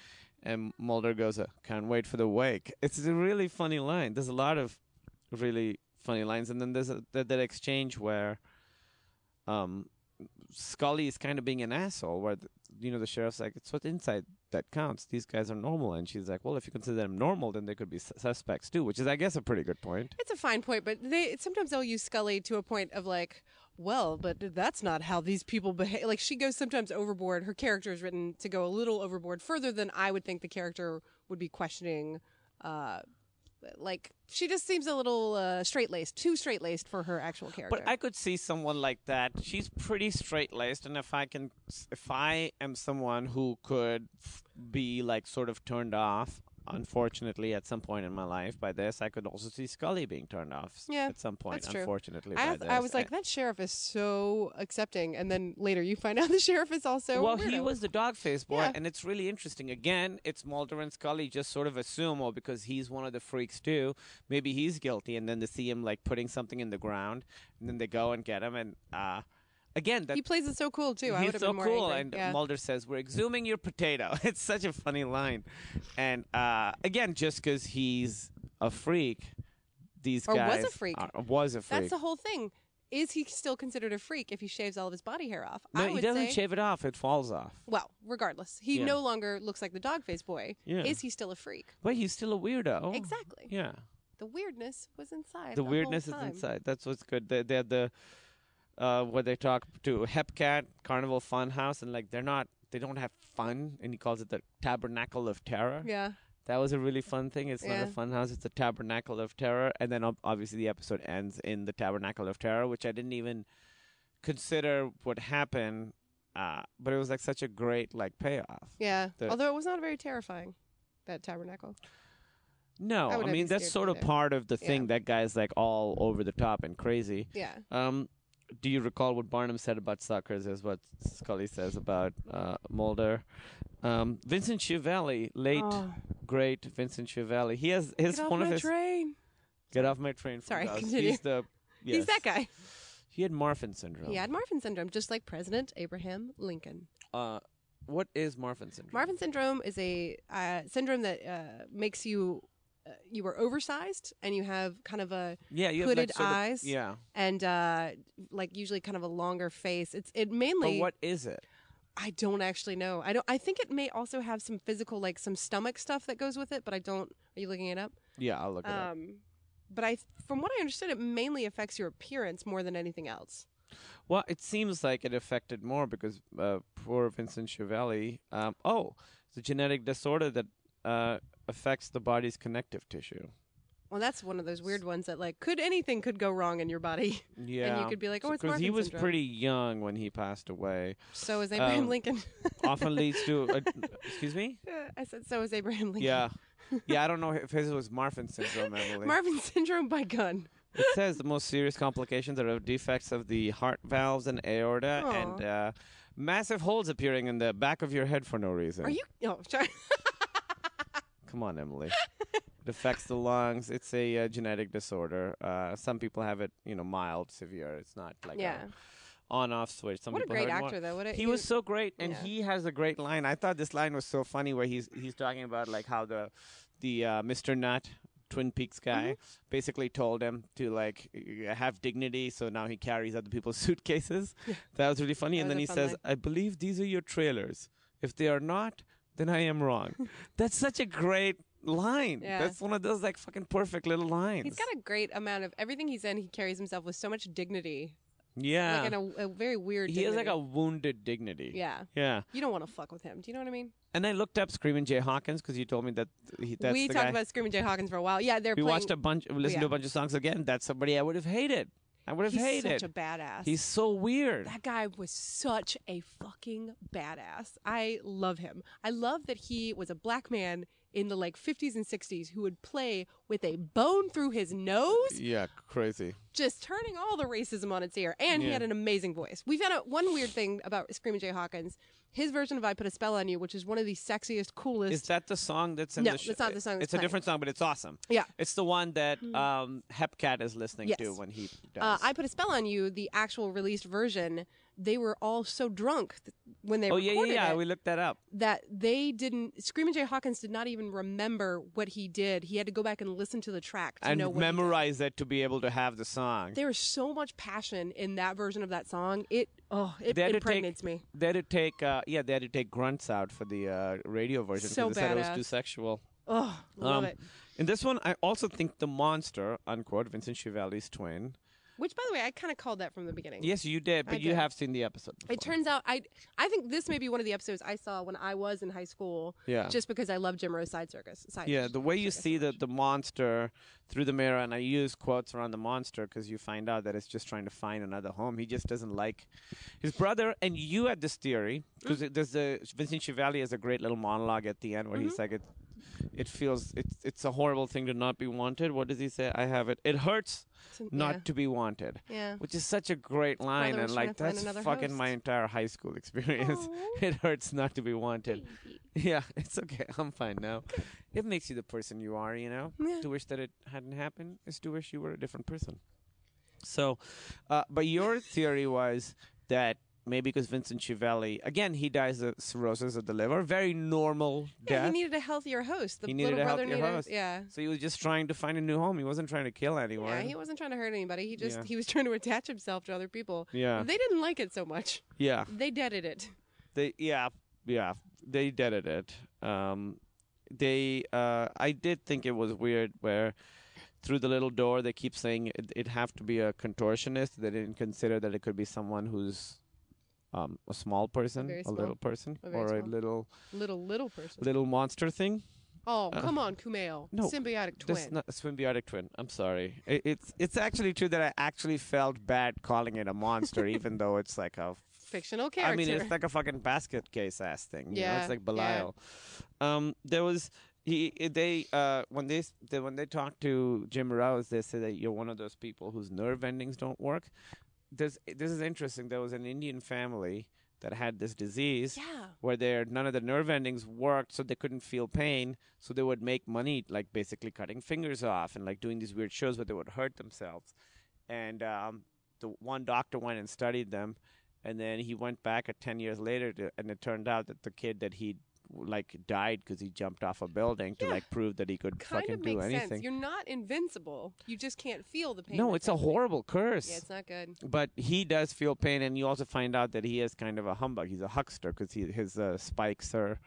[SPEAKER 5] And Mulder goes, uh, "Can't wait for the wake." It's a really funny line. There's a lot of really funny lines, and then there's a, that, that exchange where um, Scully is kind of being an asshole, where the, you know the sheriff's like, "It's what inside that counts. These guys are normal," and she's like, "Well, if you consider them normal, then they could be sus- suspects too," which is, I guess, a pretty good point.
[SPEAKER 6] It's a fine point, but they sometimes they'll use Scully to a point of like, well, but that's not how these people behave. Like she goes sometimes overboard. Her character is written to go a little overboard, further than I would think the character would be questioning. Uh, like she just seems a little uh, straight laced, too straight laced for her actual character.
[SPEAKER 5] But I could see someone like that. She's pretty straight laced, and if I can, if I am someone who could f- be like sort of turned off, unfortunately, at some point in my life by this, I could also see Scully being turned off. s-
[SPEAKER 6] Yeah,
[SPEAKER 5] at some point,
[SPEAKER 6] that's true.
[SPEAKER 5] unfortunately,
[SPEAKER 6] I,
[SPEAKER 5] by
[SPEAKER 6] was-
[SPEAKER 5] this.
[SPEAKER 6] I was like, that sheriff is so accepting, and then later you find [LAUGHS] out the sheriff is also. a
[SPEAKER 5] well, he
[SPEAKER 6] weirdo.
[SPEAKER 5] was the dog face boy,
[SPEAKER 6] Yeah.
[SPEAKER 5] and it's really interesting. Again, it's Mulder and Scully just sort of assume, oh, because he's one of the freaks too, maybe he's guilty, and then they see him like putting something in the ground, and then they go and get him, and uh, again, that
[SPEAKER 6] He plays it so cool too. I would
[SPEAKER 5] He's
[SPEAKER 6] have
[SPEAKER 5] so
[SPEAKER 6] been more
[SPEAKER 5] cool,
[SPEAKER 6] angry.
[SPEAKER 5] and
[SPEAKER 6] yeah.
[SPEAKER 5] Mulder says, "We're exhuming your potato." [LAUGHS] It's such a funny line, and uh, again, just because he's a freak, these
[SPEAKER 6] Or was
[SPEAKER 5] guys
[SPEAKER 6] a freak.
[SPEAKER 5] are- was a freak.
[SPEAKER 6] That's the whole thing. Is he still considered a freak if he shaves all of his body hair off?
[SPEAKER 5] no,
[SPEAKER 6] I
[SPEAKER 5] he
[SPEAKER 6] would
[SPEAKER 5] doesn't
[SPEAKER 6] say,
[SPEAKER 5] shave it off; it falls off.
[SPEAKER 6] Well, regardless, he
[SPEAKER 5] Yeah.
[SPEAKER 6] no longer looks like the dog face boy.
[SPEAKER 5] Yeah.
[SPEAKER 6] Is he still a freak?
[SPEAKER 5] But he's still a weirdo.
[SPEAKER 6] Exactly.
[SPEAKER 5] Yeah,
[SPEAKER 6] The weirdness was inside.
[SPEAKER 5] the,
[SPEAKER 6] whole
[SPEAKER 5] weirdness is
[SPEAKER 6] time.
[SPEAKER 5] inside. That's what's good. They, they're the uh, what they talk to Hepcat Carnival Funhouse, and like they're not. They don't have fun, and he calls it the Tabernacle of Terror.
[SPEAKER 6] Yeah.
[SPEAKER 5] That was a really fun thing. It's not
[SPEAKER 6] Yeah.
[SPEAKER 5] a fun house. It's a tabernacle of terror. And then ob- obviously the episode ends in the tabernacle of terror, which I didn't even consider what happened. Uh, but it was like such a great like payoff.
[SPEAKER 6] Yeah.
[SPEAKER 5] The-
[SPEAKER 6] Although it was not very terrifying, that tabernacle.
[SPEAKER 5] No,
[SPEAKER 6] I
[SPEAKER 5] I,
[SPEAKER 6] would not
[SPEAKER 5] mean
[SPEAKER 6] be
[SPEAKER 5] that's
[SPEAKER 6] scared
[SPEAKER 5] sort of
[SPEAKER 6] either.
[SPEAKER 5] part of the
[SPEAKER 6] Yeah.
[SPEAKER 5] thing. That guy's like all over the top and crazy.
[SPEAKER 6] Yeah.
[SPEAKER 5] Um, do you recall what Barnum said about suckers? Is what Scully says about uh, Mulder. Um, Vincent Chiavelli, late
[SPEAKER 6] Oh.
[SPEAKER 5] great Vincent Chiavelli. He has his
[SPEAKER 6] Get off
[SPEAKER 5] one
[SPEAKER 6] my
[SPEAKER 5] of his
[SPEAKER 6] train.
[SPEAKER 5] Get off my train. from
[SPEAKER 6] Sorry,
[SPEAKER 5] Oz.
[SPEAKER 6] continue.
[SPEAKER 5] He's the.
[SPEAKER 6] [LAUGHS] He's
[SPEAKER 5] yes.
[SPEAKER 6] that guy.
[SPEAKER 5] He had Marfan syndrome.
[SPEAKER 6] He had Marfan syndrome, just like President Abraham Lincoln.
[SPEAKER 5] Uh, what is Marfan syndrome?
[SPEAKER 6] Marvin syndrome is a uh, syndrome that uh, makes you uh, you are oversized and you have kind of a
[SPEAKER 5] Yeah, you
[SPEAKER 6] hooded
[SPEAKER 5] have like sort of-
[SPEAKER 6] eyes
[SPEAKER 5] yeah.
[SPEAKER 6] and uh, like usually kind of a longer face. It's it mainly
[SPEAKER 5] But what is it?
[SPEAKER 6] I don't actually know. I don't. I think it may also have some physical like some stomach stuff that goes with it, but I don't. Are you looking it up?
[SPEAKER 5] Yeah, I'll look it up.
[SPEAKER 6] Um, but I from what I understood, it mainly affects your appearance more than anything else.
[SPEAKER 5] Uh, Well, it seems like it affected more because uh, poor Vincent Chiavelli. Um, oh, it's a genetic disorder that uh, affects the body's connective tissue.
[SPEAKER 6] Well, that's one of those weird ones that like could anything could go wrong in your body. [LAUGHS]
[SPEAKER 5] Yeah.
[SPEAKER 6] could be like, oh, it's
[SPEAKER 5] Because he
[SPEAKER 6] Marfan
[SPEAKER 5] was
[SPEAKER 6] syndrome.
[SPEAKER 5] pretty young when he passed away.
[SPEAKER 6] So is Abraham
[SPEAKER 5] Um,
[SPEAKER 6] Lincoln. [LAUGHS]
[SPEAKER 5] Often leads to. A, [LAUGHS] excuse me?
[SPEAKER 6] I said, so is Abraham Lincoln. [LAUGHS]
[SPEAKER 5] Yeah. Yeah, I don't know if his was Marfan syndrome, Emily.
[SPEAKER 6] Marvin syndrome by gun.
[SPEAKER 5] It says the most serious complications are of defects of the heart valves and aorta
[SPEAKER 6] Aw.
[SPEAKER 5] and uh, massive holes appearing in the back of your head for no reason.
[SPEAKER 6] Are you? No, sorry.
[SPEAKER 5] Come on, Emily. it affects the lungs. It's a uh, genetic disorder. Uh, some people have it, you know, mild, severe. It's not like
[SPEAKER 6] [LAUGHS] Yeah.
[SPEAKER 5] a on-off switch. Some
[SPEAKER 6] What a
[SPEAKER 5] people
[SPEAKER 6] great
[SPEAKER 5] have it more.
[SPEAKER 6] actor, though. What a-
[SPEAKER 5] he was
[SPEAKER 6] he-
[SPEAKER 5] so great, and
[SPEAKER 6] Yeah.
[SPEAKER 5] he has a great line. I thought this line was so funny, where he's he's talking about like how the the uh, Mr. Nut. Twin Peaks guy
[SPEAKER 6] Mm-hmm.
[SPEAKER 5] basically told him to like have dignity, so now he carries other people's [LAUGHS] suitcases. That was really funny.
[SPEAKER 6] That
[SPEAKER 5] and then he
[SPEAKER 6] was a fun
[SPEAKER 5] says,
[SPEAKER 6] line.
[SPEAKER 5] "I believe these are your trailers. If they are not, then I am
[SPEAKER 6] [LAUGHS]
[SPEAKER 5] wrong." That's such a great line.
[SPEAKER 6] Yeah.
[SPEAKER 5] That's one of those like fucking perfect little lines.
[SPEAKER 6] He's got a great amount of everything he's in. He carries himself with so much dignity,
[SPEAKER 5] yeah.
[SPEAKER 6] like in a, a very weird.
[SPEAKER 5] he has like a
[SPEAKER 6] dignity.
[SPEAKER 5] wounded dignity.
[SPEAKER 6] Yeah.
[SPEAKER 5] Yeah.
[SPEAKER 6] You don't want to fuck with him. Do you know what I mean?
[SPEAKER 5] And I looked up Screaming Jay Hawkins because you told me that he, that's
[SPEAKER 6] we
[SPEAKER 5] the
[SPEAKER 6] talked
[SPEAKER 5] guy.
[SPEAKER 6] about Screaming Jay Hawkins for a while. Yeah, they're
[SPEAKER 5] we
[SPEAKER 6] playing.
[SPEAKER 5] watched a bunch, we listened to
[SPEAKER 6] Yeah.
[SPEAKER 5] a bunch of songs again. That's somebody I would have hated. I would have
[SPEAKER 6] he's
[SPEAKER 5] hated.
[SPEAKER 6] such a badass.
[SPEAKER 5] He's so weird.
[SPEAKER 6] that guy was such a fucking badass. I love him. I love that he was a black man in the like 50s and 60s who would play with a bone through his nose.
[SPEAKER 5] Yeah, crazy.
[SPEAKER 6] just turning all the racism on its ear. And he
[SPEAKER 5] Yeah.
[SPEAKER 6] had an amazing voice. We found out one weird thing about Screaming Jay Hawkins. His version of "I Put a Spell on You," which is one of the sexiest, coolest.
[SPEAKER 5] Is that the song that's in
[SPEAKER 6] No,
[SPEAKER 5] the show?
[SPEAKER 6] that's not the song that's
[SPEAKER 5] It's a
[SPEAKER 6] playing.
[SPEAKER 5] different song, but it's awesome.
[SPEAKER 6] Yeah. Hmm.
[SPEAKER 5] It's the one that um, Hepcat is listening
[SPEAKER 6] Yes.
[SPEAKER 5] to when he does.
[SPEAKER 6] uh, "I Put a Spell on You," the actual released version. They were all so drunk th- when they
[SPEAKER 5] oh, yeah, yeah,
[SPEAKER 6] recorded
[SPEAKER 5] yeah.
[SPEAKER 6] it
[SPEAKER 5] We looked that up.
[SPEAKER 6] that they didn't. Screaming Jay Hawkins did not even remember what he did. He had to go back and listen to the track to
[SPEAKER 5] and
[SPEAKER 6] know what he did.
[SPEAKER 5] memorize it to be able to have the song.
[SPEAKER 6] There is so much passion in that version of that song. It oh, it
[SPEAKER 5] They had to
[SPEAKER 6] impregnates
[SPEAKER 5] take,
[SPEAKER 6] me.
[SPEAKER 5] They had to take, uh, yeah, they had to take grunts out for the uh, radio version
[SPEAKER 6] So
[SPEAKER 5] they said it
[SPEAKER 6] badass.
[SPEAKER 5] was too sexual.
[SPEAKER 6] Oh, love it.
[SPEAKER 5] Um, In this one, I also think the monster, unquote, Vincent Chiavelli's twin.
[SPEAKER 6] Which, by the way, I kind of called that from the beginning.
[SPEAKER 5] Yes, you did, but you
[SPEAKER 6] did.
[SPEAKER 5] have seen the episode. Before.
[SPEAKER 6] It turns out I I think this may be one of the episodes I saw when I was in high school.
[SPEAKER 5] Yeah.
[SPEAKER 6] Just because I love Jim Rose side circus. Side
[SPEAKER 5] Yeah, the way you see the, the monster through the mirror, and I use quotes around the monster because you find out that it's just trying to find another home. He just doesn't like his brother. And you had this theory because there's the Vincent Chevalier has a great little monologue at the end where he's like, it,
[SPEAKER 6] Mm-hmm.
[SPEAKER 5] it feels it's it's a horrible thing to not be wanted. What does he say? I have it. It hurts not
[SPEAKER 6] yeah.
[SPEAKER 5] to be wanted.
[SPEAKER 6] Yeah.
[SPEAKER 5] which is such a great line,
[SPEAKER 6] was
[SPEAKER 5] and
[SPEAKER 6] trying
[SPEAKER 5] like
[SPEAKER 6] to find
[SPEAKER 5] that's
[SPEAKER 6] another
[SPEAKER 5] fucking my
[SPEAKER 6] host.
[SPEAKER 5] entire high school experience. [LAUGHS] it hurts not to be wanted. Yeah, [LAUGHS] it's okay. I'm fine
[SPEAKER 6] [LAUGHS]
[SPEAKER 5] now. It makes you the person you are, you know?
[SPEAKER 6] Yeah.
[SPEAKER 5] To wish that it hadn't happened is to wish you were a different person. So, uh, but
[SPEAKER 6] [LAUGHS]
[SPEAKER 5] your theory was that maybe because Vincent Chiavelli, again, he dies of cirrhosis of the liver, very normal
[SPEAKER 6] Yeah,
[SPEAKER 5] death.
[SPEAKER 6] he needed a healthier host. The
[SPEAKER 5] He needed a
[SPEAKER 6] little brother
[SPEAKER 5] healthier
[SPEAKER 6] needed.
[SPEAKER 5] host.
[SPEAKER 6] Yeah.
[SPEAKER 5] so he was just trying to find a new home. He wasn't trying to kill anyone.
[SPEAKER 6] Yeah, he wasn't trying to hurt anybody. He just
[SPEAKER 5] Yeah.
[SPEAKER 6] he was trying to attach himself to other people.
[SPEAKER 5] Yeah.
[SPEAKER 6] They didn't like it so much.
[SPEAKER 5] yeah.
[SPEAKER 6] They deaded it.
[SPEAKER 5] They yeah yeah they did it. it. Um, they uh, I did think it was weird where through the little door they keep saying it, it have to be a contortionist. They didn't consider that it could be someone who's um, a small person,
[SPEAKER 6] very
[SPEAKER 5] a
[SPEAKER 6] small-
[SPEAKER 5] little person,
[SPEAKER 6] a very
[SPEAKER 5] or a
[SPEAKER 6] small.
[SPEAKER 5] little
[SPEAKER 6] Little little person.
[SPEAKER 5] little monster thing.
[SPEAKER 6] oh, come on, Kumail.
[SPEAKER 5] no,
[SPEAKER 6] Symbiotic twin.
[SPEAKER 5] That's not a symbiotic twin. I'm sorry. It, it's it's actually true that I actually felt bad calling it a
[SPEAKER 6] [LAUGHS]
[SPEAKER 5] monster, even though it's like a
[SPEAKER 6] Fictional character.
[SPEAKER 5] I mean, it's like a fucking basket case ass thing. You know?
[SPEAKER 6] Yeah,
[SPEAKER 5] it's like
[SPEAKER 6] yeah.
[SPEAKER 5] Belial. Um, there was he they uh when they, s- they when they talk to Jim Rouse, they say that you're one of those people whose nerve endings don't work. This this is interesting. There was an Indian family that had this disease
[SPEAKER 6] [LAUGHS] Yeah.
[SPEAKER 5] where their none of the nerve endings worked, so they couldn't feel pain. So they would make money like basically cutting fingers off and like doing these weird shows where they would hurt themselves. And um, the one doctor went and studied them, and then he went back uh, ten years later, to, and it turned out that the kid that he like died because he jumped off a building to like prove that he could
[SPEAKER 6] kind
[SPEAKER 5] fucking
[SPEAKER 6] of makes
[SPEAKER 5] do anything.
[SPEAKER 6] sense. You're not invincible. You just can't feel the pain.
[SPEAKER 5] no,
[SPEAKER 6] that's
[SPEAKER 5] it's a
[SPEAKER 6] happening.
[SPEAKER 5] horrible curse.
[SPEAKER 6] Yeah, it's not good.
[SPEAKER 5] But he does feel pain, and you also find out that he is kind of a humbug. He's a huckster because his uh, spikes are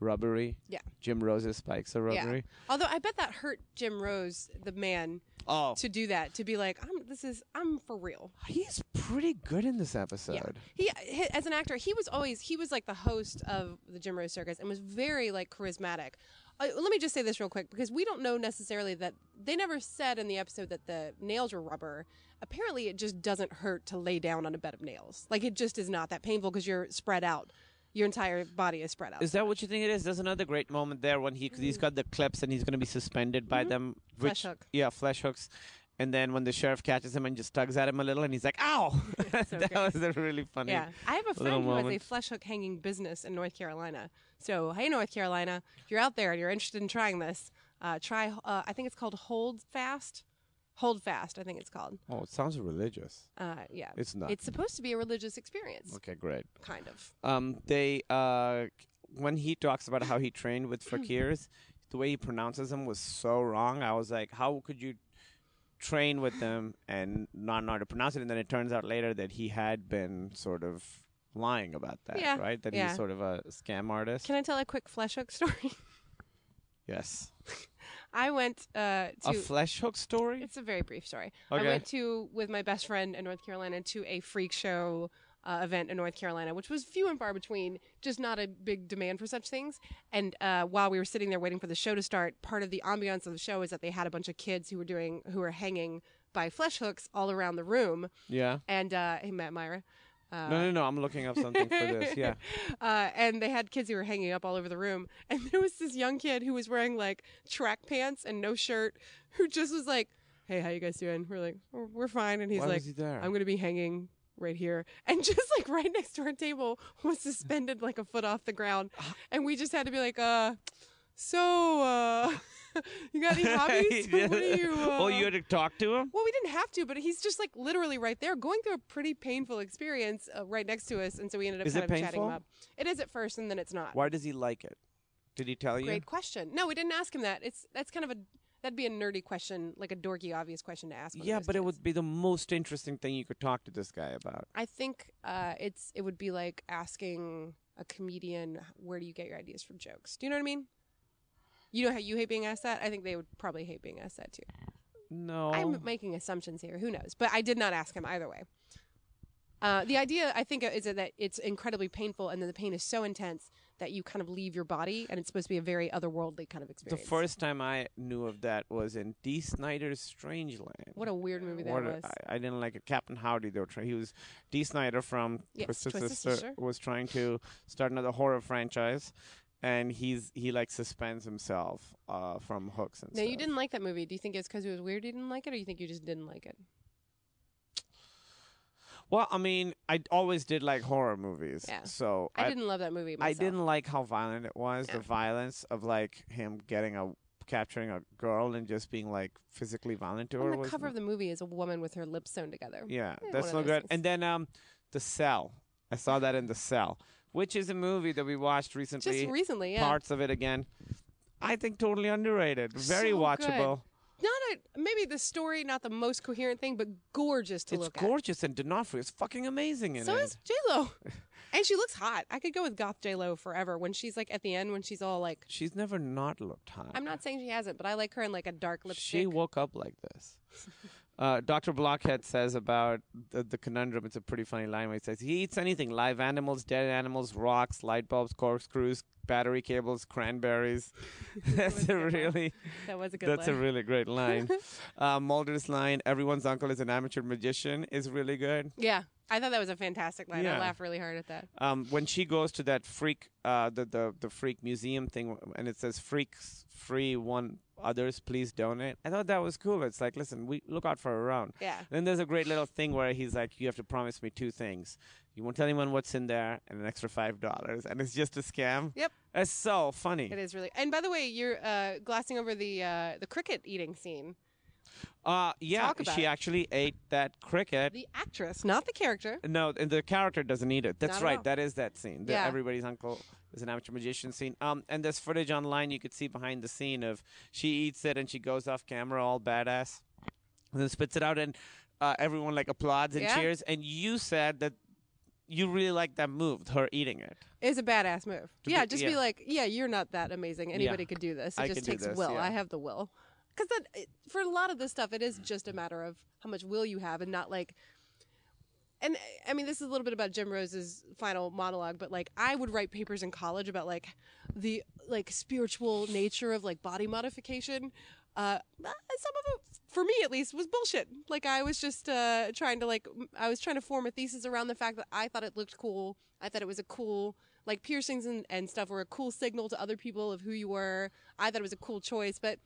[SPEAKER 5] rubbery.
[SPEAKER 6] Yeah.
[SPEAKER 5] Jim Rose's spikes are
[SPEAKER 6] Yeah.
[SPEAKER 5] rubbery.
[SPEAKER 6] Although I bet that hurt Jim Rose, the man,
[SPEAKER 5] Oh,
[SPEAKER 6] to do that. To be like, I'm. This is. I'm for real.
[SPEAKER 5] he's pretty good in this episode.
[SPEAKER 6] He, he as an actor, he was always he was like the host of the Jim Rose Circus and was very like charismatic. Uh, let me just say this real quick because we don't know necessarily that they never said in the episode that the nails were rubber. Apparently, it just doesn't hurt to lay down on a bed of nails. Like it just is not that painful because you're spread out. Your entire body is spread out.
[SPEAKER 5] Is that what you think it is? There's another great moment there when he cause he's got the clips and he's going to be suspended by them.
[SPEAKER 6] Mm-hmm. Flesh hook.
[SPEAKER 5] Yeah, flesh hooks. And then when the sheriff catches him and just tugs at him a little, and he's like,
[SPEAKER 6] [LAUGHS]
[SPEAKER 5] "Ow!" [LAUGHS] that was a really funny.
[SPEAKER 6] yeah, I have a
[SPEAKER 5] little
[SPEAKER 6] friend who has a
[SPEAKER 5] moment.
[SPEAKER 6] flesh hook hanging business in North Carolina. So, hey, North Carolina, if you're out there and you're interested in trying this, uh, try. Uh, I think it's called Hold Fast. Hold Fast, I think it's called.
[SPEAKER 5] Oh, it sounds religious.
[SPEAKER 6] Uh, yeah,
[SPEAKER 5] It's not.
[SPEAKER 6] It's supposed to be a religious experience,
[SPEAKER 5] Okay, great.
[SPEAKER 6] kind of.
[SPEAKER 5] Um, they uh, when he talks about how he trained with fakirs, the way he pronounces them was so wrong. I was like, how could you train with them and not know how to pronounce it? And then it turns out later that he had been sort of lying about that,
[SPEAKER 6] Yeah,
[SPEAKER 5] right? That
[SPEAKER 6] yeah.
[SPEAKER 5] he's sort of a scam artist.
[SPEAKER 6] Can I tell a quick flesh hook story? [LAUGHS]
[SPEAKER 5] yes,
[SPEAKER 6] I went uh, to.
[SPEAKER 5] a flesh hook story.
[SPEAKER 6] It's a very brief story. I
[SPEAKER 5] Okay.
[SPEAKER 6] went to with my best friend in North Carolina to a freak show uh, event in North Carolina, which was few and far between, just not a big demand for such things. And uh, while we were sitting there waiting for the show to start, part of the ambiance of the show is that they had a bunch of kids who were doing who were hanging by flesh hooks all around the room.
[SPEAKER 5] yeah.
[SPEAKER 6] And uh, hey, Matt Myra.
[SPEAKER 5] no, no, no. I'm looking up something for
[SPEAKER 6] [LAUGHS]
[SPEAKER 5] this. Yeah.
[SPEAKER 6] Uh, and they had kids who were hanging up all over the room. [LAUGHS] And there was this young kid who was wearing like track pants and no shirt, who just was like, "Hey, how you guys doing?" We're like, "We're, we're fine," and he's
[SPEAKER 5] Why was
[SPEAKER 6] like,
[SPEAKER 5] he there?
[SPEAKER 6] "I'm gonna be hanging." Right here, and [LAUGHS] just like right next to our table was suspended like a foot off the ground,
[SPEAKER 5] Ah.
[SPEAKER 6] and we just had to be like, "Uh, so uh, [LAUGHS] you
[SPEAKER 5] [LAUGHS]
[SPEAKER 6] got any hobbies? what do you?" Uh,
[SPEAKER 5] oh, you had to talk to him?
[SPEAKER 6] Well, we didn't have to, but he's just like literally right there, going through a pretty painful experience uh, right next to us, and so we ended up
[SPEAKER 5] Is
[SPEAKER 6] kind
[SPEAKER 5] it
[SPEAKER 6] of chatting
[SPEAKER 5] painful?
[SPEAKER 6] him up. It is at first, and then it's not.
[SPEAKER 5] Why does he like it? Did he tell you?
[SPEAKER 6] Great question. No, we didn't ask him that. It's that's kind of a that'd be a nerdy question, like a dorky, obvious question to ask. one of
[SPEAKER 5] Yeah,
[SPEAKER 6] those
[SPEAKER 5] but it
[SPEAKER 6] kids.
[SPEAKER 5] would be the most interesting thing you could talk to this guy about.
[SPEAKER 6] I think uh, it's it would be like asking a comedian, "Where do you get your ideas for jokes?" Do you know what I mean? You know how you hate being asked that? I think they would probably hate being asked that too.
[SPEAKER 5] No.
[SPEAKER 6] I'm making assumptions here. Who knows? But I did not ask him either way. Uh, the idea, I think, is that it's incredibly painful, and then the pain is so intense that you kind of leave your body, and it's supposed to be a very otherworldly kind of
[SPEAKER 5] the
[SPEAKER 6] experience.
[SPEAKER 5] first time I knew of that was in D. Snyder's Strangeland.
[SPEAKER 6] what a weird movie that
[SPEAKER 5] What a-
[SPEAKER 6] was.
[SPEAKER 5] I, I didn't like it. Captain Howdy though. He was D. Snyder from
[SPEAKER 6] Yes,
[SPEAKER 5] Twisted,
[SPEAKER 6] Twisted
[SPEAKER 5] Sister,
[SPEAKER 6] Sister.
[SPEAKER 5] was trying to start another horror franchise, and he's he like suspends himself uh, from hooks and
[SPEAKER 6] No,
[SPEAKER 5] stuff.
[SPEAKER 6] you didn't like that movie. Do you think it's because it was weird you didn't like it, or you think you just didn't like it?
[SPEAKER 5] Well, I mean, I always did like horror movies.
[SPEAKER 6] Yeah.
[SPEAKER 5] So
[SPEAKER 6] I, didn't love that movie.
[SPEAKER 5] I
[SPEAKER 6] Myself.
[SPEAKER 5] didn't like how violent it was. The violence of like him getting a capturing a girl and just being like physically violent to her.
[SPEAKER 6] On the
[SPEAKER 5] was
[SPEAKER 6] cover
[SPEAKER 5] not-
[SPEAKER 6] of the movie is a woman with her lips sewn together.
[SPEAKER 5] Yeah,
[SPEAKER 6] Eh,
[SPEAKER 5] that's
[SPEAKER 6] one
[SPEAKER 5] no
[SPEAKER 6] of
[SPEAKER 5] good.
[SPEAKER 6] those
[SPEAKER 5] And
[SPEAKER 6] things.
[SPEAKER 5] then um, the Cell. I saw that in the Cell, which is a movie that we watched recently.
[SPEAKER 6] just recently, yeah,
[SPEAKER 5] Parts of it again. I think totally underrated. Very
[SPEAKER 6] So
[SPEAKER 5] watchable.
[SPEAKER 6] not a maybe the story, not the most coherent thing, but gorgeous to
[SPEAKER 5] It's
[SPEAKER 6] look at.
[SPEAKER 5] gorgeous and D'Onofrio is fucking amazing in
[SPEAKER 6] So
[SPEAKER 5] it.
[SPEAKER 6] is J Lo, and she looks hot. I could go with goth J Lo forever. When she's like at the end, when she's all like,
[SPEAKER 5] She's never not looked hot.
[SPEAKER 6] I'm not saying she hasn't, but I like her in like a dark lipstick.
[SPEAKER 5] She woke up like
[SPEAKER 6] [LAUGHS]
[SPEAKER 5] this. Uh, Dr. Blockhead says about the, the conundrum, it's a pretty funny line where he says, He eats anything live animals, dead animals, rocks, light bulbs, corkscrews, battery cables,
[SPEAKER 6] [LAUGHS]
[SPEAKER 5] cranberries. That's a really.
[SPEAKER 6] that was a good.
[SPEAKER 5] That's a
[SPEAKER 6] line.
[SPEAKER 5] really great
[SPEAKER 6] [LAUGHS]
[SPEAKER 5] line. uh, Mulder's line, "Everyone's uncle is an amateur magician," is really good.
[SPEAKER 6] yeah. I thought that was a fantastic line.
[SPEAKER 5] Yeah.
[SPEAKER 6] I laughed really hard at that.
[SPEAKER 5] Um, when she goes to that freak, uh, the, the the freak museum thing, and it says "freaks free one others please donate." I thought that was cool. It's like, listen, we look out for her around.
[SPEAKER 6] Yeah.
[SPEAKER 5] Then there's a great little thing where he's like, "You have to promise me two things: you won't tell anyone what's in there, and an extra five dollars." And it's just a scam.
[SPEAKER 6] Yep.
[SPEAKER 5] It's so funny.
[SPEAKER 6] It is really. And by the way, you're uh, glossing over the uh, the cricket eating scene.
[SPEAKER 5] Uh, yeah,
[SPEAKER 6] Talk about
[SPEAKER 5] she
[SPEAKER 6] it.
[SPEAKER 5] actually ate that cricket.
[SPEAKER 6] The actress, not the character.
[SPEAKER 5] No, and the character doesn't need it. That's
[SPEAKER 6] Not at
[SPEAKER 5] right.
[SPEAKER 6] all.
[SPEAKER 5] That is that scene. The
[SPEAKER 6] Yeah.
[SPEAKER 5] Everybody's uncle is an amateur magician scene. Um, and there's footage online you could see behind the scene of she eats it and she goes off camera all badass, and then spits it out and uh, everyone like applauds and
[SPEAKER 6] Yeah.
[SPEAKER 5] cheers. And you said that you really like that move, her eating it.
[SPEAKER 6] Is a badass move.
[SPEAKER 5] To
[SPEAKER 6] yeah,
[SPEAKER 5] be-
[SPEAKER 6] just
[SPEAKER 5] yeah.
[SPEAKER 6] be like, yeah, you're not that amazing. Anybody could do this. It
[SPEAKER 5] I
[SPEAKER 6] just
[SPEAKER 5] could do
[SPEAKER 6] takes
[SPEAKER 5] this,
[SPEAKER 6] will.
[SPEAKER 5] yeah.
[SPEAKER 6] I have the will. Because that it- for a lot of this stuff, it is just a matter of how much will you have, and not like. And I mean, this is a little bit about Jim Rose's final monologue, but like, I would write papers in college about like the like spiritual nature of like body modification. Uh, some of it, for me at least, was bullshit. Like, I was just uh, trying to like, m- I was trying to form a thesis around the fact that I thought it looked cool. I thought it was a cool like piercings and, and stuff were a cool signal to other people of who you were. I thought it was a cool choice, but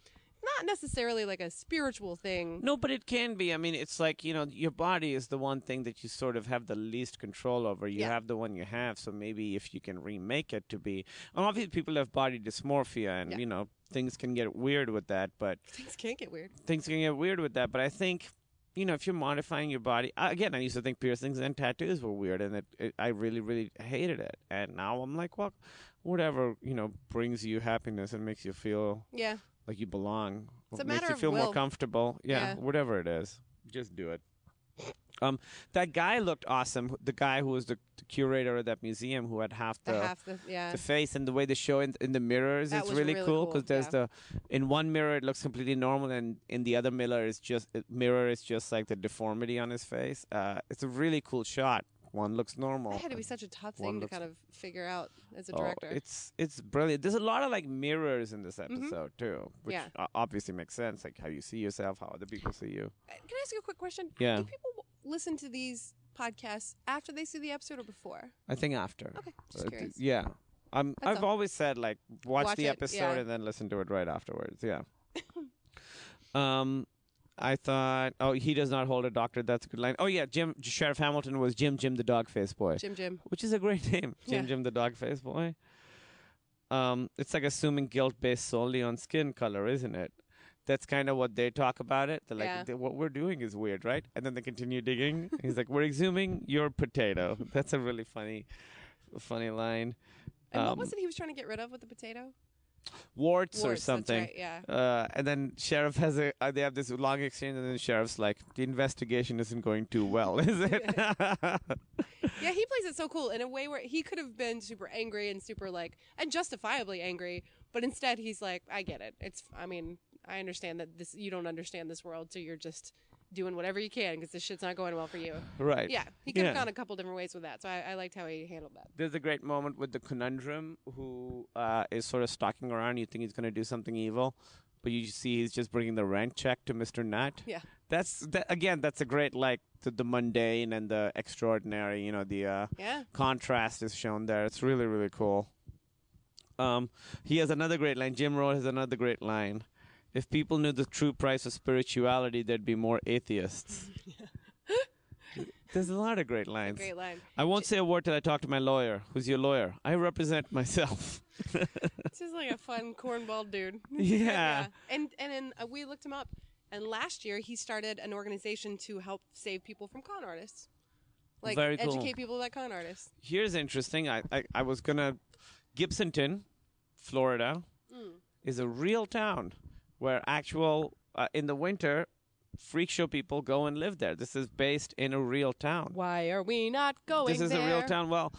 [SPEAKER 6] not necessarily like a spiritual thing.
[SPEAKER 5] No, but it can be. I mean, it's like, you know, your body is the one thing that you sort of have the least control over. You
[SPEAKER 6] Yeah.
[SPEAKER 5] have the one you have. So maybe if you can remake it to be. And obviously, people have body dysmorphia and,
[SPEAKER 6] Yeah.
[SPEAKER 5] you know, things can get weird with that. But
[SPEAKER 6] Things can't get weird.
[SPEAKER 5] things can get weird with that. But I think, you know, if you're modifying your body, I- again, I used to think piercings and tattoos were weird, and it, it, I really, really hated it. And now I'm like, well, whatever, you know, brings you happiness and makes you feel
[SPEAKER 6] Yeah.
[SPEAKER 5] like you belong.
[SPEAKER 6] It's a
[SPEAKER 5] makes
[SPEAKER 6] matter
[SPEAKER 5] you
[SPEAKER 6] of
[SPEAKER 5] feel more
[SPEAKER 6] will.
[SPEAKER 5] comfortable. Yeah,
[SPEAKER 6] Yeah.
[SPEAKER 5] whatever it is, just do it. Um, that guy looked awesome. The guy who was the, the curator of that museum, who had half
[SPEAKER 6] The
[SPEAKER 5] the,
[SPEAKER 6] half the yeah.
[SPEAKER 5] the face and the way they show in, in the mirrors
[SPEAKER 6] That
[SPEAKER 5] is
[SPEAKER 6] was
[SPEAKER 5] really,
[SPEAKER 6] really
[SPEAKER 5] cool
[SPEAKER 6] cool,
[SPEAKER 5] because there's
[SPEAKER 6] yeah.
[SPEAKER 5] the in one mirror it looks completely normal and in the other mirror is just uh, mirror is just like the deformity on his face. Uh, it's a really cool shot. One looks normal.
[SPEAKER 6] that had to be such a tough
[SPEAKER 5] One
[SPEAKER 6] thing to
[SPEAKER 5] looks-
[SPEAKER 6] kind of figure out as a
[SPEAKER 5] uh, Oh,
[SPEAKER 6] director. Mm-hmm.
[SPEAKER 5] it's it's brilliant. There's a lot of like mirrors in this episode too, which
[SPEAKER 6] Yeah.
[SPEAKER 5] o- obviously makes sense. Like how you see yourself, how other people see you.
[SPEAKER 6] Uh, Can I ask you a quick question?
[SPEAKER 5] Yeah.
[SPEAKER 6] Do people w- listen to these podcasts after they see the episode or before?
[SPEAKER 5] I think after.
[SPEAKER 6] Okay, just
[SPEAKER 5] Uh, d-
[SPEAKER 6] curious.
[SPEAKER 5] yeah. I'm,
[SPEAKER 6] That's
[SPEAKER 5] I've
[SPEAKER 6] all.
[SPEAKER 5] always said like watch,
[SPEAKER 6] Watch
[SPEAKER 5] the
[SPEAKER 6] it,
[SPEAKER 5] episode
[SPEAKER 6] yeah. [LAUGHS]
[SPEAKER 5] and then listen to it right afterwards. Yeah. um, I thought, oh, he does not hold a doctor. That's a good line. Oh yeah, Jim Sheriff Hamilton was Jim Jim the dog face boy,
[SPEAKER 6] Jim Jim.
[SPEAKER 5] which is a great [LAUGHS] name, Jim
[SPEAKER 6] Yeah.
[SPEAKER 5] Jim the dog face boy. Um, it's like assuming guilt based solely on skin color, isn't it? That's kind of what they talk about it. They're like,
[SPEAKER 6] Yeah.
[SPEAKER 5] "Th- what we're doing is weird, right? And then they continue digging. He's like, we're exhuming your potato. [LAUGHS] That's a really funny, funny line.
[SPEAKER 6] And what
[SPEAKER 5] Um,
[SPEAKER 6] was it he was trying to get rid of with the potato?
[SPEAKER 5] warts, or
[SPEAKER 6] Warts, that's
[SPEAKER 5] something.
[SPEAKER 6] right, yeah.
[SPEAKER 5] Uh, and then sheriff has a uh, they have this long exchange, and then sheriff's like, the investigation isn't going too well, is
[SPEAKER 6] [LAUGHS]
[SPEAKER 5] it?
[SPEAKER 6] Yeah, he plays it so cool in a way where he could have been super angry and super like and justifiably angry, but instead he's like, I get it. It's I mean, I understand that this you don't understand this world, so you're just doing whatever you can because this shit's not going well for you.
[SPEAKER 5] [LAUGHS] right.
[SPEAKER 6] Yeah, he could have
[SPEAKER 5] Yeah.
[SPEAKER 6] gone a couple different ways with that. So I, I liked how he handled that.
[SPEAKER 5] There's a great moment with the conundrum who uh, is sort of stalking around. You think he's going to do something evil, but you see he's just bringing the rent check to Mr. Nut.
[SPEAKER 6] Yeah.
[SPEAKER 5] That's that, again. That's a great like the, the mundane and the extraordinary. You know the uh,
[SPEAKER 6] Yeah.
[SPEAKER 5] contrast is shown there. It's really really cool. Um, he has another great line. Jim Rohn has another great line. If people knew the true price of spirituality, there'd be more
[SPEAKER 6] [LAUGHS]
[SPEAKER 5] atheists. There's a lot of great lines.
[SPEAKER 6] Great line.
[SPEAKER 5] I won't say a word till I talk to my lawyer. Who's your lawyer? I represent myself.
[SPEAKER 6] [LAUGHS]
[SPEAKER 5] [LAUGHS]
[SPEAKER 6] This is like a fun cornball dude. [LAUGHS]
[SPEAKER 5] Yeah.
[SPEAKER 6] And and then uh, we looked him up and last year he started an organization to help save people from con artists. Like
[SPEAKER 5] Very cool.
[SPEAKER 6] educate people about con artists.
[SPEAKER 5] Here's interesting. I, I, I was gonna Gibsonton, Florida,
[SPEAKER 6] Mm.
[SPEAKER 5] is a real town where actual uh, in the winter freak show people go and live there. This is based in a real town.
[SPEAKER 6] Why are we not going
[SPEAKER 5] This is
[SPEAKER 6] there?
[SPEAKER 5] a real town. Well,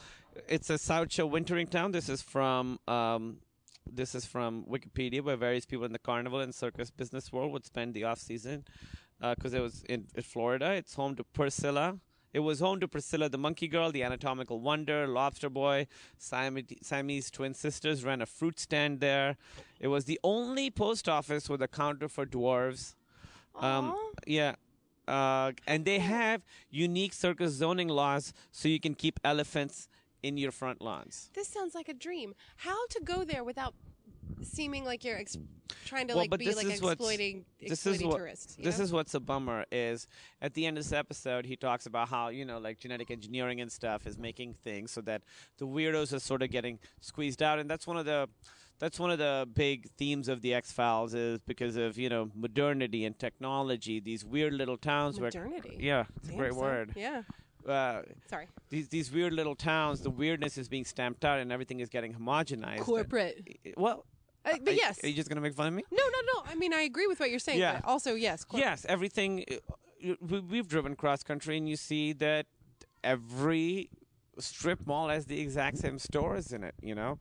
[SPEAKER 5] it's a South Show wintering town. This is from um, this is from Wikipedia, where various people in the carnival and circus business world would spend the off season, because it was in, in Florida. It's home to Priscilla. It was home to Priscilla the Monkey Girl, the Anatomical Wonder, Lobster Boy, Siamese, Siamese twin sisters ran a fruit stand there. It was the only post office with a counter for dwarves. Um, yeah. Uh, and they have unique circus zoning laws so you can keep elephants in your front lawns.
[SPEAKER 6] This sounds like a dream. How to go there without seeming like you're ex- trying to
[SPEAKER 5] Well,
[SPEAKER 6] like
[SPEAKER 5] but
[SPEAKER 6] be
[SPEAKER 5] this
[SPEAKER 6] like
[SPEAKER 5] is what's-
[SPEAKER 6] exploiting
[SPEAKER 5] this
[SPEAKER 6] exploiting
[SPEAKER 5] is what,
[SPEAKER 6] tourists. you
[SPEAKER 5] This
[SPEAKER 6] know?
[SPEAKER 5] is what's a bummer is at the end of this episode he talks about how you know like genetic engineering and stuff is making things so that the weirdos are sort of getting squeezed out, and that's one of the that's one of the big themes of the X Files is because of you know modernity and technology, these weird little towns
[SPEAKER 6] Modernity.
[SPEAKER 5] where yeah, it's a
[SPEAKER 6] Damn,
[SPEAKER 5] great
[SPEAKER 6] son.
[SPEAKER 5] word.
[SPEAKER 6] Yeah.
[SPEAKER 5] Uh,
[SPEAKER 6] Sorry.
[SPEAKER 5] these these weird little towns, the weirdness is being stamped out, and everything is getting homogenized.
[SPEAKER 6] Corporate.
[SPEAKER 5] Well,
[SPEAKER 6] Uh, but
[SPEAKER 5] are-
[SPEAKER 6] yes.
[SPEAKER 5] Are you just gonna make fun of me?
[SPEAKER 6] no, no, no. I mean, I agree with what you're saying.
[SPEAKER 5] Yeah.
[SPEAKER 6] But also, yes. Corporate.
[SPEAKER 5] Yes, everything. uh, we- We've driven cross country, and you see that every strip mall has the exact same stores in it. You know,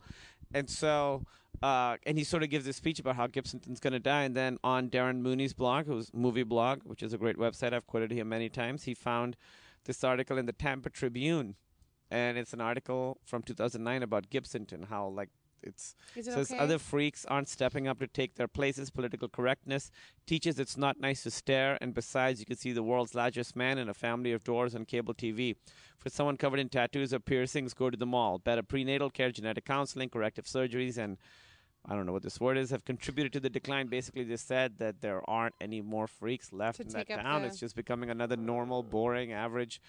[SPEAKER 5] and so. Uh, and he sort of gives this speech about how Gibson's going to die, and then on Darren Mooney's blog, who's movie blog, which is a great website, I've quoted him many times. He found this article in the Tampa Tribune, and it's an article from 2009 about Gibsonton, how like it's
[SPEAKER 6] Is it
[SPEAKER 5] says
[SPEAKER 6] okay?
[SPEAKER 5] other freaks aren't stepping up to take their places. Political correctness teaches it's not nice to stare, and besides, you can see the world's largest man in a family of doors on cable TV. For someone covered in tattoos or piercings, go to the mall. Better prenatal care, genetic counseling, corrective surgeries, and I don't know what this word is, have contributed to the decline. Basically, they said that there aren't any more freaks left
[SPEAKER 6] To
[SPEAKER 5] in that
[SPEAKER 6] take up
[SPEAKER 5] town.
[SPEAKER 6] the-
[SPEAKER 5] It's just becoming another normal, boring, average,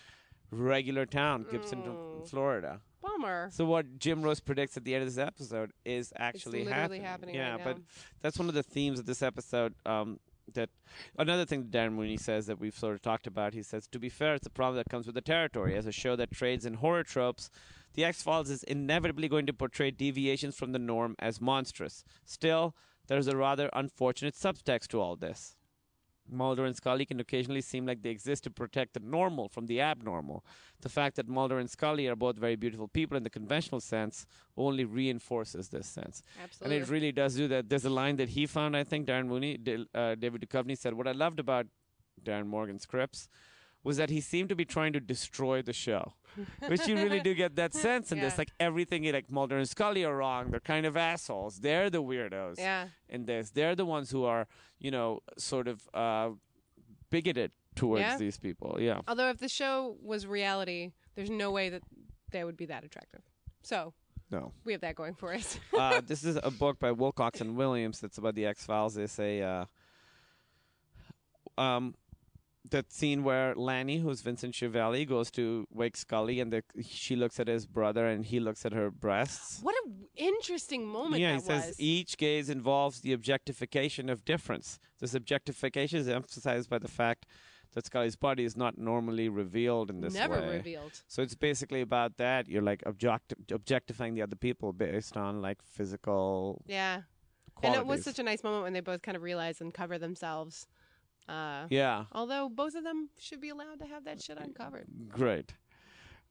[SPEAKER 5] regular town, Gibson,
[SPEAKER 6] Mm.
[SPEAKER 5] Florida.
[SPEAKER 6] Bummer.
[SPEAKER 5] So what Jim Rose predicts at the end of this episode is actually
[SPEAKER 6] literally happening
[SPEAKER 5] Yeah,
[SPEAKER 6] right
[SPEAKER 5] but
[SPEAKER 6] now.
[SPEAKER 5] that's one of the themes of this episode. Um, that another thing that Darren Mooney says that we've sort of talked about. He says, to be fair, it's a problem that comes with the territory. As a show that trades in horror tropes, The X Files is inevitably going to portray deviations from the norm as monstrous. Still, there's a rather unfortunate subtext to all this. Mulder and Scully can occasionally seem like they exist to protect the normal from the abnormal. The fact that Mulder and Scully are both very beautiful people in the conventional sense only reinforces this sense. And it
[SPEAKER 6] Absolutely.
[SPEAKER 5] really does do that. There's a line that he found, I think, Darren Mooney, Dil- uh, David Duchovny said, What I loved about Darren Morgan's scripts was that he seemed to be trying to destroy the show, [LAUGHS] which you really do get that sense in this.
[SPEAKER 6] Yeah.
[SPEAKER 5] Like everything, like Mulder and Scully are wrong. They're kind of assholes. They're the weirdos
[SPEAKER 6] Yeah.
[SPEAKER 5] in this. They're the ones who are, you know, sort of uh, bigoted towards
[SPEAKER 6] Yeah.
[SPEAKER 5] these people. Yeah.
[SPEAKER 6] Although, if the show was reality, there's no way that they would be that attractive. So
[SPEAKER 5] No.
[SPEAKER 6] we have that going for us. [LAUGHS]
[SPEAKER 5] uh, [LAUGHS] this is a book by Wilcox and Williams that's about the X Files. They say uh, um, that scene where Lanny, who's Vincent Chiavelli, goes to wake Scully, and the, she looks at his brother, and he looks at her breasts.
[SPEAKER 6] What an interesting moment
[SPEAKER 5] yeah, he
[SPEAKER 6] that
[SPEAKER 5] says e
[SPEAKER 6] was.
[SPEAKER 5] each gaze involves the objectification of difference. This objectification is emphasized by the fact that Scully's body is not normally revealed in this
[SPEAKER 6] Never
[SPEAKER 5] way.
[SPEAKER 6] revealed.
[SPEAKER 5] So it's basically about that. You're like object- objectifying the other people based on like physical
[SPEAKER 6] Yeah.
[SPEAKER 5] qualities.
[SPEAKER 6] And it was such a nice moment when they both kind of realize and cover themselves. Uh,
[SPEAKER 5] yeah,
[SPEAKER 6] Although both of them should be allowed to have that shit uncovered.
[SPEAKER 5] great.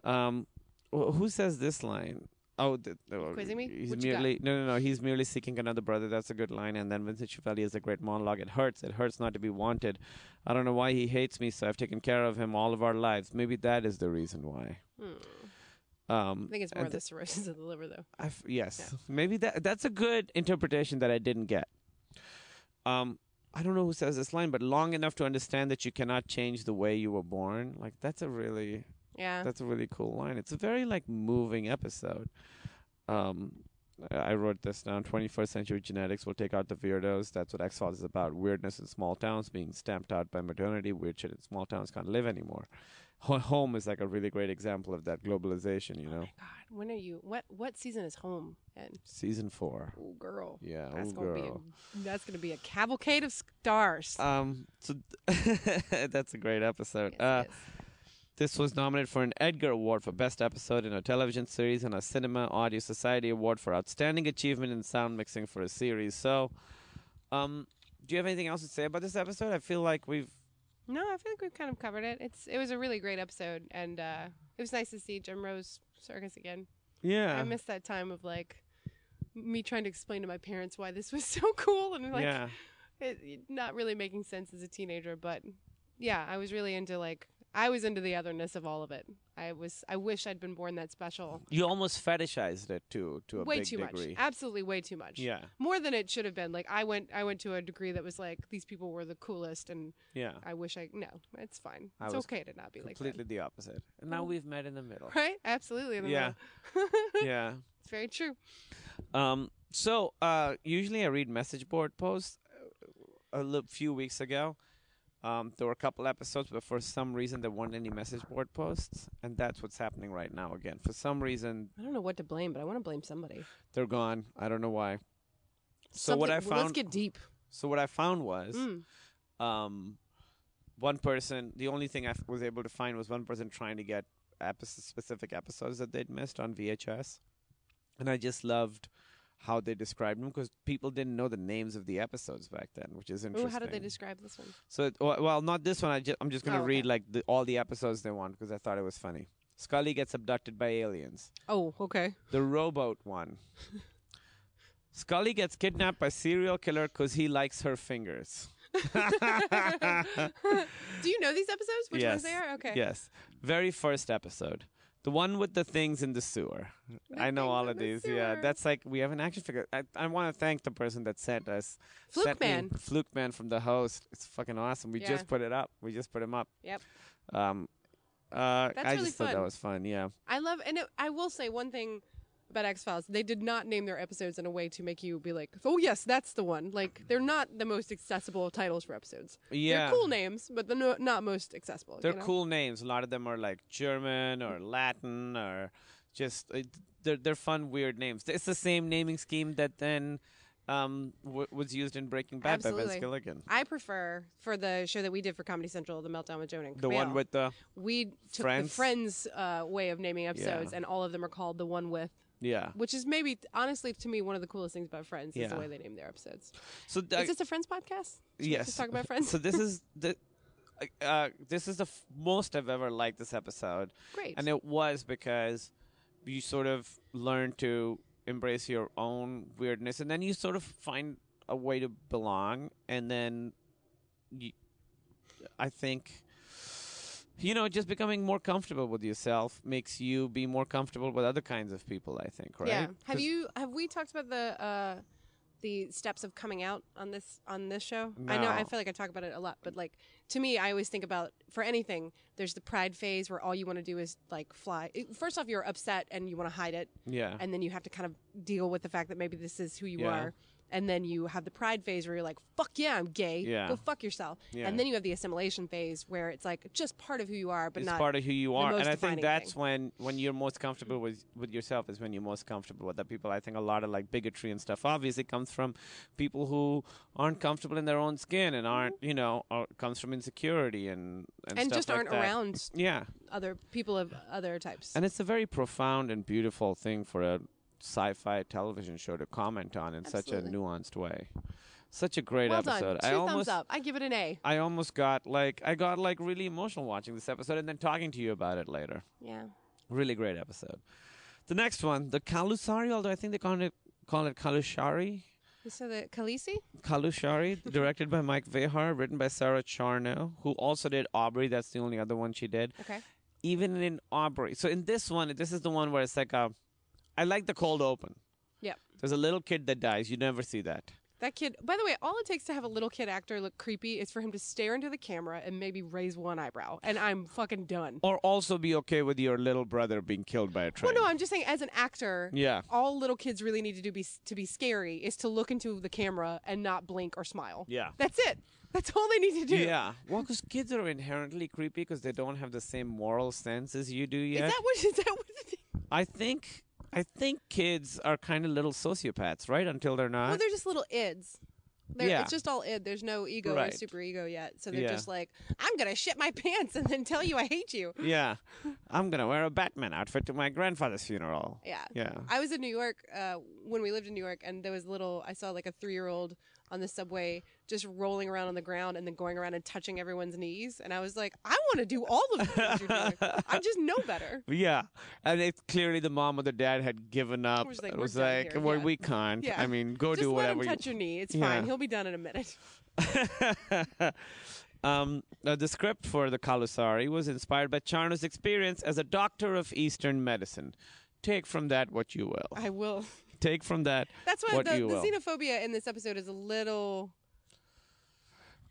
[SPEAKER 5] Um, wh- who says this line? Oh, the, the,
[SPEAKER 6] Quizzing me?
[SPEAKER 5] He's
[SPEAKER 6] What you got?
[SPEAKER 5] merely no, no, no. He's merely seeking another brother. That's a good line. And then Vincent Chiavelli has a great monologue. It hurts. It hurts not to be wanted. I don't know why he hates me. So I've taken care of him all of our lives. Maybe that is the reason why. Um,
[SPEAKER 6] Hmm. I think it's more
[SPEAKER 5] and
[SPEAKER 6] of the cirrhosis of the liver, though.
[SPEAKER 5] I f- yes, [LAUGHS] maybe that that's a good interpretation that I didn't get. Um, I don't know who says this line, but long enough to understand that you cannot change the way you were born. Like that's a really
[SPEAKER 6] Yeah.
[SPEAKER 5] that's a really cool line. It's a very like moving episode. Um, I I wrote this down. Twenty first century genetics will take out the weirdos. That's what X Files is about. Weirdness in small towns being stamped out by modernity. Weird shit in small towns can't live anymore. Ho- Home is like a really great example of that globalization. You know,
[SPEAKER 6] God, when are you? What what season is home? And
[SPEAKER 5] season four.
[SPEAKER 6] oh, girl.
[SPEAKER 5] Yeah,
[SPEAKER 6] that's
[SPEAKER 5] ooh,
[SPEAKER 6] gonna
[SPEAKER 5] Oh, girl.
[SPEAKER 6] be a, that's gonna be a cavalcade of stars.
[SPEAKER 5] Um, so [LAUGHS] that's a great episode.
[SPEAKER 6] Yes,
[SPEAKER 5] uh,
[SPEAKER 6] yes.
[SPEAKER 5] This was nominated for an Edgar Award for Best Episode in a Television Series and a Cinema Audio Society Award for Outstanding Achievement in Sound Mixing for a Series. So, um, do you have anything else to say about this episode? I feel like we've
[SPEAKER 6] No, I feel like we've kind of covered it. It's it was a really great episode, and uh, it was nice to see Jim Rose Circus again.
[SPEAKER 5] yeah
[SPEAKER 6] I miss that time of like me trying to explain to my parents why this was [LAUGHS] so cool and like
[SPEAKER 5] yeah
[SPEAKER 6] it, it not really making sense as a teenager. But yeah, I was really into like I was into the otherness of all of it. I was I wish I'd been born that special.
[SPEAKER 5] you almost fetishized it to to a
[SPEAKER 6] way
[SPEAKER 5] big
[SPEAKER 6] too
[SPEAKER 5] degree.
[SPEAKER 6] much absolutely way too much
[SPEAKER 5] Yeah.
[SPEAKER 6] more than it should have been like i went i went to a degree that was like these people were the coolest and
[SPEAKER 5] Yeah,
[SPEAKER 6] i wish i no it's fine
[SPEAKER 5] I
[SPEAKER 6] it's
[SPEAKER 5] was
[SPEAKER 6] okay to not be like [LAUGHS]
[SPEAKER 5] completely
[SPEAKER 6] that
[SPEAKER 5] the opposite. And now we've met in the middle.
[SPEAKER 6] [LAUGHS] right absolutely in the
[SPEAKER 5] Yeah.
[SPEAKER 6] middle. [LAUGHS]
[SPEAKER 5] yeah.
[SPEAKER 6] it's very true
[SPEAKER 5] Um, so uh, usually I read message board posts. A li- few weeks ago, um, there were a couple episodes, but for some reason there weren't any message board posts, and that's what's happening right now again. For some reason,
[SPEAKER 6] i don't know what to blame but i want to blame somebody
[SPEAKER 5] they're gone. I don't know why. So what I
[SPEAKER 6] Something- let's
[SPEAKER 5] found.
[SPEAKER 6] get deep Mm.
[SPEAKER 5] so what I found was,
[SPEAKER 6] Hmm.
[SPEAKER 5] um, one person. The only thing I f- was able to find was one person trying to get epi- specific episodes that they'd missed on VHS, and I just loved how they described them because people didn't know the names of the episodes back then, which is
[SPEAKER 6] Ooh,
[SPEAKER 5] interesting.
[SPEAKER 6] how did they describe this one
[SPEAKER 5] So, it- well, well, not this one. I ju- I'm just going
[SPEAKER 6] Oh,
[SPEAKER 5] to
[SPEAKER 6] okay.
[SPEAKER 5] read like the, all the episodes they want because I thought it was funny. Scully gets abducted by aliens.
[SPEAKER 6] oh
[SPEAKER 5] [LAUGHS]
[SPEAKER 6] okay
[SPEAKER 5] The rowboat one. Scully gets kidnapped by serial killer because he likes her
[SPEAKER 6] [LAUGHS]
[SPEAKER 5] fingers.
[SPEAKER 6] [LAUGHS]
[SPEAKER 5] [LAUGHS]
[SPEAKER 6] do you know these episodes which ones they are okay
[SPEAKER 5] Yes. Very first episode. The one with the things in the sewer. I know
[SPEAKER 6] things
[SPEAKER 5] all
[SPEAKER 6] in
[SPEAKER 5] of
[SPEAKER 6] the
[SPEAKER 5] these. Yeah,
[SPEAKER 6] sewer.
[SPEAKER 5] that's like we have an action figure. I, I want to thank the person that sent us
[SPEAKER 6] Fluke
[SPEAKER 5] sent me
[SPEAKER 6] Man.
[SPEAKER 5] Fluke Man from the host. It's fucking awesome. We
[SPEAKER 6] Yeah.
[SPEAKER 5] just put it up. We just put him up.
[SPEAKER 6] yep
[SPEAKER 5] Um, uh,
[SPEAKER 6] That's
[SPEAKER 5] I
[SPEAKER 6] really
[SPEAKER 5] just thought that
[SPEAKER 6] fun.
[SPEAKER 5] was fun. Yeah.
[SPEAKER 6] I love, and it, I will say one thing about X Files: they did not name their episodes in a way to make you be like, "Oh yes, that's the one." Like they're not the most accessible titles for episodes.
[SPEAKER 5] Yeah.
[SPEAKER 6] they're cool names, but they're no, not most accessible. you
[SPEAKER 5] They're
[SPEAKER 6] know?
[SPEAKER 5] cool names. A lot of them are like German or Latin or just it, they're they're fun weird names. It's the same naming scheme that then um, w- was used in Breaking Bad by Vince
[SPEAKER 6] Absolutely.
[SPEAKER 5] Gilligan.
[SPEAKER 6] I prefer for the show that we did for Comedy Central, The Meltdown with Joan and
[SPEAKER 5] The one
[SPEAKER 6] Camille,
[SPEAKER 5] with the
[SPEAKER 6] we took the
[SPEAKER 5] Friends?
[SPEAKER 6] Friends uh, way of naming episodes,
[SPEAKER 5] Yeah.
[SPEAKER 6] and all of them are called the one with.
[SPEAKER 5] yeah.
[SPEAKER 6] Which is maybe, honestly, to me, one of the coolest things about Friends is
[SPEAKER 5] Yeah.
[SPEAKER 6] the way they name their episodes.
[SPEAKER 5] So
[SPEAKER 6] is this a Friends podcast? Should we
[SPEAKER 5] yes.
[SPEAKER 6] just
[SPEAKER 5] [LAUGHS]
[SPEAKER 6] talk about Friends.
[SPEAKER 5] So this is the. Uh, this is the f- most I've ever liked this episode.
[SPEAKER 6] Great.
[SPEAKER 5] And it was because you sort of learn to embrace your own weirdness and then you sort of find a way to belong and then you, I think you know just becoming more comfortable with yourself makes you be more comfortable with other kinds of people I think right
[SPEAKER 6] Yeah. Have
[SPEAKER 5] 'Cause-
[SPEAKER 6] you have we talked about the uh the steps of coming out on this on this show? I know I
[SPEAKER 5] No.
[SPEAKER 6] feel like I talk about it a lot, but like to me I always think about for anything, there's the pride phase where all you want to do is like fly. First off you're upset and you want to hide it.
[SPEAKER 5] Yeah.
[SPEAKER 6] And then you have to kind of deal with the fact that maybe this is who you
[SPEAKER 5] Yeah.
[SPEAKER 6] are. and then you have the pride phase where you're like, "Fuck yeah, I'm gay.
[SPEAKER 5] Yeah.
[SPEAKER 6] Go fuck yourself."
[SPEAKER 5] Yeah.
[SPEAKER 6] And then you have the assimilation phase where it's like just part of who you are, but
[SPEAKER 5] it's
[SPEAKER 6] not
[SPEAKER 5] part of who you are,
[SPEAKER 6] most
[SPEAKER 5] and I think
[SPEAKER 6] defining
[SPEAKER 5] that's
[SPEAKER 6] thing.
[SPEAKER 5] when when you're most comfortable with with yourself is when you're most comfortable with other people. I think a lot of like bigotry and stuff obviously comes from people who aren't comfortable in their own skin and aren't you know or comes from insecurity and and,
[SPEAKER 6] Mm-hmm. and
[SPEAKER 5] stuff
[SPEAKER 6] just
[SPEAKER 5] like
[SPEAKER 6] aren't
[SPEAKER 5] that.
[SPEAKER 6] around
[SPEAKER 5] Yeah,
[SPEAKER 6] other people of other types.
[SPEAKER 5] and it's a very profound and beautiful thing for a sci-fi television show to comment on in such a
[SPEAKER 6] Absolutely.
[SPEAKER 5] nuanced way. Such a great
[SPEAKER 6] well
[SPEAKER 5] episode.
[SPEAKER 6] done. Two
[SPEAKER 5] I
[SPEAKER 6] thumbs
[SPEAKER 5] almost
[SPEAKER 6] up. I give it an A.
[SPEAKER 5] I almost got like I got like really emotional watching this episode and then talking to you about it later.
[SPEAKER 6] Yeah.
[SPEAKER 5] Really great episode. The next one, the Kalusari, although I think they call it call it Kalushari.
[SPEAKER 6] So the Khaleesi?
[SPEAKER 5] Kalushari, directed by Mike Vehar, written by Sarah Charno, who also did Aubrey. That's the only other one she did.
[SPEAKER 6] Okay.
[SPEAKER 5] Even in Aubrey. So in this one, this is the one where it's like a, I like the cold open.
[SPEAKER 6] Yep.
[SPEAKER 5] There's a little kid that dies. You never see that.
[SPEAKER 6] That kid. By the way, all it takes to have a little kid actor look creepy is for him to stare into the camera and maybe raise one eyebrow, and I'm fucking done.
[SPEAKER 5] Or also be okay with your little brother being killed by a train.
[SPEAKER 6] Well, Oh, no, I'm just saying, as an actor,
[SPEAKER 5] Yeah.
[SPEAKER 6] all little kids really need to do be to be scary is to look into the camera and not blink or smile.
[SPEAKER 5] Yeah.
[SPEAKER 6] that's it. That's all they need to do.
[SPEAKER 5] Yeah. Well, because kids are inherently creepy because they don't have the same moral sense as you do
[SPEAKER 6] Is
[SPEAKER 5] yet.
[SPEAKER 6] that what? Is that what? The thing?
[SPEAKER 5] I think I think kids are kind of little sociopaths, right? Until they're not.
[SPEAKER 6] Well, they're just little ids. They're,
[SPEAKER 5] Yeah.
[SPEAKER 6] It's just all id. There's no ego
[SPEAKER 5] Right.
[SPEAKER 6] or super ego yet. So they're
[SPEAKER 5] Yeah.
[SPEAKER 6] just like, I'm gonna shit my [LAUGHS] pants and then tell you I hate you.
[SPEAKER 5] yeah. I'm gonna wear a Batman outfit to my grandfather's funeral.
[SPEAKER 6] Yeah.
[SPEAKER 5] Yeah.
[SPEAKER 6] I was in New York uh, when we lived in New York, and there was little. I saw like a three-year-old on the subway just rolling around on the ground and then going around and touching everyone's knees, and I was like, I want to do all of these. you're doing. I just know
[SPEAKER 5] [LAUGHS]
[SPEAKER 6] better.
[SPEAKER 5] yeah, and it's clearly the mom or the dad had given up.
[SPEAKER 6] was like,
[SPEAKER 5] it
[SPEAKER 6] "We're
[SPEAKER 5] was
[SPEAKER 6] done
[SPEAKER 5] like,
[SPEAKER 6] here."
[SPEAKER 5] well,
[SPEAKER 6] Yeah.
[SPEAKER 5] we can't.
[SPEAKER 6] Yeah.
[SPEAKER 5] I mean, go
[SPEAKER 6] just
[SPEAKER 5] do
[SPEAKER 6] let
[SPEAKER 5] whatever.
[SPEAKER 6] him
[SPEAKER 5] you-
[SPEAKER 6] touch your knee. It's
[SPEAKER 5] Yeah.
[SPEAKER 6] fine. He'll be done in a minute.
[SPEAKER 5] [LAUGHS] Um, uh, the script for the Kalusari was inspired by Charno's experience as a doctor of Eastern medicine. Take from that what you will.
[SPEAKER 6] I will.
[SPEAKER 5] Take from that
[SPEAKER 6] That's why
[SPEAKER 5] what
[SPEAKER 6] the,
[SPEAKER 5] you
[SPEAKER 6] the
[SPEAKER 5] will.
[SPEAKER 6] xenophobia in this episode is a little.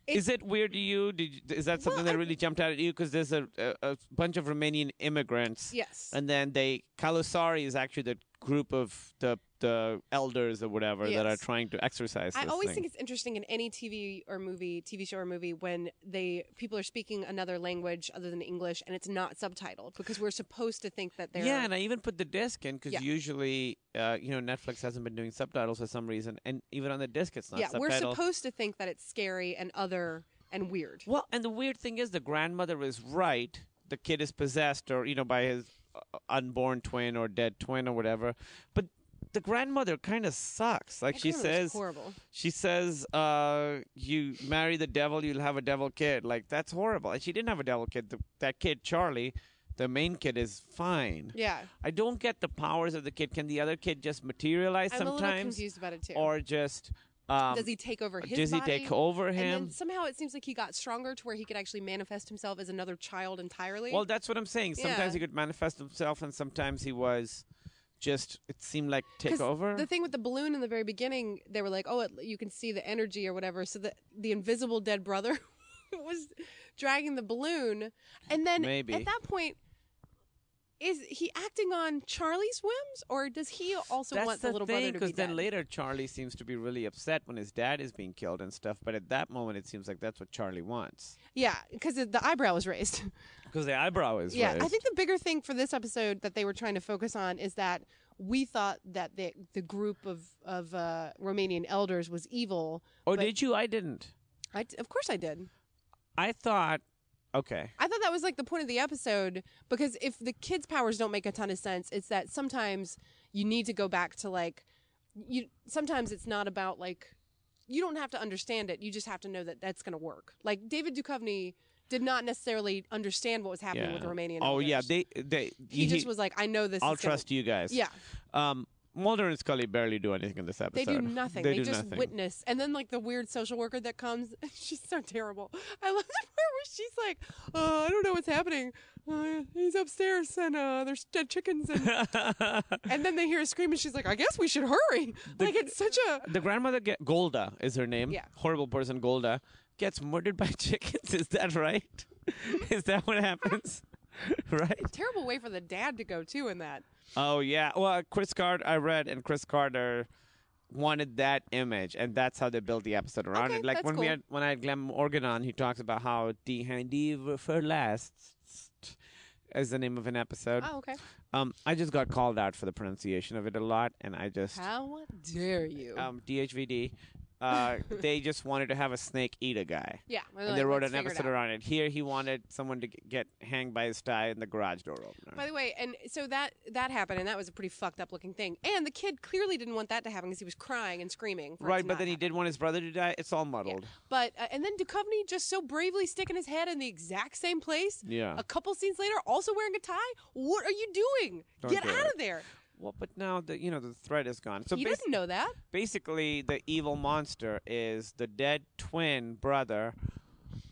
[SPEAKER 5] is it weird to you? Did you is that something
[SPEAKER 6] Well,
[SPEAKER 5] that
[SPEAKER 6] I-
[SPEAKER 5] really jumped out at you? Because there's a, a, a bunch of Romanian immigrants.
[SPEAKER 6] Yes.
[SPEAKER 5] And then they Kalusari is actually the group of the the elders or whatever that are
[SPEAKER 6] Yes.
[SPEAKER 5] trying to exercise.
[SPEAKER 6] I
[SPEAKER 5] this
[SPEAKER 6] always
[SPEAKER 5] thing.
[SPEAKER 6] think it's interesting in any TV or movie, TV show or movie, when they people are speaking another language other than English and it's not subtitled because we're supposed to think that they're
[SPEAKER 5] Yeah, and I even put the disc in because
[SPEAKER 6] Yeah.
[SPEAKER 5] usually, uh, you know, Netflix hasn't been doing subtitles for some reason, and even on the disc, it's not
[SPEAKER 6] yeah
[SPEAKER 5] subtitled.
[SPEAKER 6] we're supposed to think that it's scary and other and weird.
[SPEAKER 5] Well, and the weird thing is, the grandmother is right. The kid is possessed, or you know, by his uh, unborn twin or dead twin or whatever. But the grandmother kind of sucks. Like
[SPEAKER 6] That
[SPEAKER 5] she
[SPEAKER 6] grandmother's
[SPEAKER 5] says,
[SPEAKER 6] horrible.
[SPEAKER 5] She says, uh, "You marry the devil, you'll have a devil kid." Like that's horrible. And she didn't have a devil kid. The, that kid, Charlie, the main kid, is fine.
[SPEAKER 6] Yeah.
[SPEAKER 5] I don't get the powers of the kid. Can the other kid just materialize
[SPEAKER 6] I'm
[SPEAKER 5] sometimes?
[SPEAKER 6] a little confused about it too.
[SPEAKER 5] Or just um,
[SPEAKER 6] does he take over his
[SPEAKER 5] does he
[SPEAKER 6] body?
[SPEAKER 5] take over
[SPEAKER 6] And
[SPEAKER 5] him?
[SPEAKER 6] then somehow it seems like he got stronger to where he could actually manifest himself as another child entirely.
[SPEAKER 5] Well, that's what I'm saying. Sometimes he
[SPEAKER 6] Yeah.
[SPEAKER 5] could manifest himself, and sometimes he was just. It seemed like take
[SPEAKER 6] 'Cause
[SPEAKER 5] over.
[SPEAKER 6] The thing with the balloon in the very beginning, they were like, "Oh, it, you can see the energy or whatever." So the the invisible dead brother [LAUGHS] was dragging the balloon, and then
[SPEAKER 5] Maybe.
[SPEAKER 6] at that point, is he acting on Charlie's whims, or does he also
[SPEAKER 5] that's
[SPEAKER 6] want
[SPEAKER 5] the,
[SPEAKER 6] the, little
[SPEAKER 5] thing,
[SPEAKER 6] brother to be
[SPEAKER 5] then
[SPEAKER 6] dead?
[SPEAKER 5] later Charlie seems to be really upset when his dad is being killed and stuff. But at that moment, it seems like that's what Charlie wants
[SPEAKER 6] yeah, because the eyebrow was raised.
[SPEAKER 5] because the eyebrow is
[SPEAKER 6] yeah,
[SPEAKER 5] raised.
[SPEAKER 6] I think the bigger thing for this episode that they were trying to focus on is that we thought that the the group of of uh, Romanian elders was evil.
[SPEAKER 5] Or
[SPEAKER 6] but
[SPEAKER 5] did you? I didn't.
[SPEAKER 6] I, of course, I did.
[SPEAKER 5] I thought. Okay.
[SPEAKER 6] I thought that was like the point of the episode because if the kids' powers don't make a ton of sense, it's that sometimes you need to go back to like you. Sometimes it's not about like you don't have to understand it; you just have to know that that's going to work. Like David Duchovny did not necessarily understand what was happening with the Romanian.
[SPEAKER 5] Oh yeah,
[SPEAKER 6] elders.
[SPEAKER 5] they they.
[SPEAKER 6] he, just was like, "I know this."
[SPEAKER 5] I'll
[SPEAKER 6] is gonna-
[SPEAKER 5] trust you guys.
[SPEAKER 6] Yeah.
[SPEAKER 5] Um, Mulder and Scully barely do anything in this
[SPEAKER 6] They
[SPEAKER 5] episode.
[SPEAKER 6] do nothing.
[SPEAKER 5] They,
[SPEAKER 6] They,
[SPEAKER 5] do
[SPEAKER 6] just
[SPEAKER 5] nothing.
[SPEAKER 6] witness. And then like the weird social worker that comes, [LAUGHS] she's so terrible. I love the part where she's like, uh, "I don't know what's happening. Uh, he's upstairs and uh, there's dead
[SPEAKER 5] [LAUGHS]
[SPEAKER 6] chickens." And, and then they hear a scream and she's like, "I guess we should hurry." like it's such a
[SPEAKER 5] The grandmother get, Golda is her name.
[SPEAKER 6] Yeah.
[SPEAKER 5] Horrible person Golda gets murdered by [LAUGHS] chickens. Is that
[SPEAKER 6] [LAUGHS]
[SPEAKER 5] right? is that what happens? [LAUGHS] right?
[SPEAKER 6] terrible way for the dad to go too in that.
[SPEAKER 5] Oh yeah. Well, Chris Carter I read and Chris Carter wanted that image, and that's how they built the episode around
[SPEAKER 6] Okay,
[SPEAKER 5] it. Like
[SPEAKER 6] that's
[SPEAKER 5] when we
[SPEAKER 6] cool.
[SPEAKER 5] had when I had Glenn Morgan on, he talks about how "Die Handy for Last" is the name of an episode.
[SPEAKER 6] Oh, okay.
[SPEAKER 5] Um, I just got called out for the pronunciation of it a lot, and I just
[SPEAKER 6] How dare you?
[SPEAKER 5] um, DHVD.
[SPEAKER 6] [LAUGHS]
[SPEAKER 5] Uh, they just wanted to have a snake eat a guy.
[SPEAKER 6] yeah, we're
[SPEAKER 5] And
[SPEAKER 6] like,
[SPEAKER 5] they wrote
[SPEAKER 6] let's
[SPEAKER 5] an
[SPEAKER 6] figure it
[SPEAKER 5] episode
[SPEAKER 6] out.
[SPEAKER 5] around it. Here, he wanted someone to g- get hanged by his tie in the garage door opener.
[SPEAKER 6] By the way, and so that that happened, and that was a pretty fucked up looking thing. And the kid clearly didn't want that to happen because he was crying and screaming. for it
[SPEAKER 5] right,
[SPEAKER 6] to
[SPEAKER 5] but
[SPEAKER 6] not
[SPEAKER 5] then he
[SPEAKER 6] happen.
[SPEAKER 5] did want his brother to die. It's all muddled.
[SPEAKER 6] But uh, and then Duchovny just so bravely sticking his head in the exact same place.
[SPEAKER 5] Yeah.
[SPEAKER 6] A couple scenes later, also wearing a tie. What are you doing?
[SPEAKER 5] Don't
[SPEAKER 6] Get
[SPEAKER 5] do
[SPEAKER 6] out
[SPEAKER 5] it.
[SPEAKER 6] of there!
[SPEAKER 5] Well, but now the you know the threat is gone. So
[SPEAKER 6] you
[SPEAKER 5] basi-
[SPEAKER 6] didn't know that.
[SPEAKER 5] basically, the evil monster is the dead twin brother,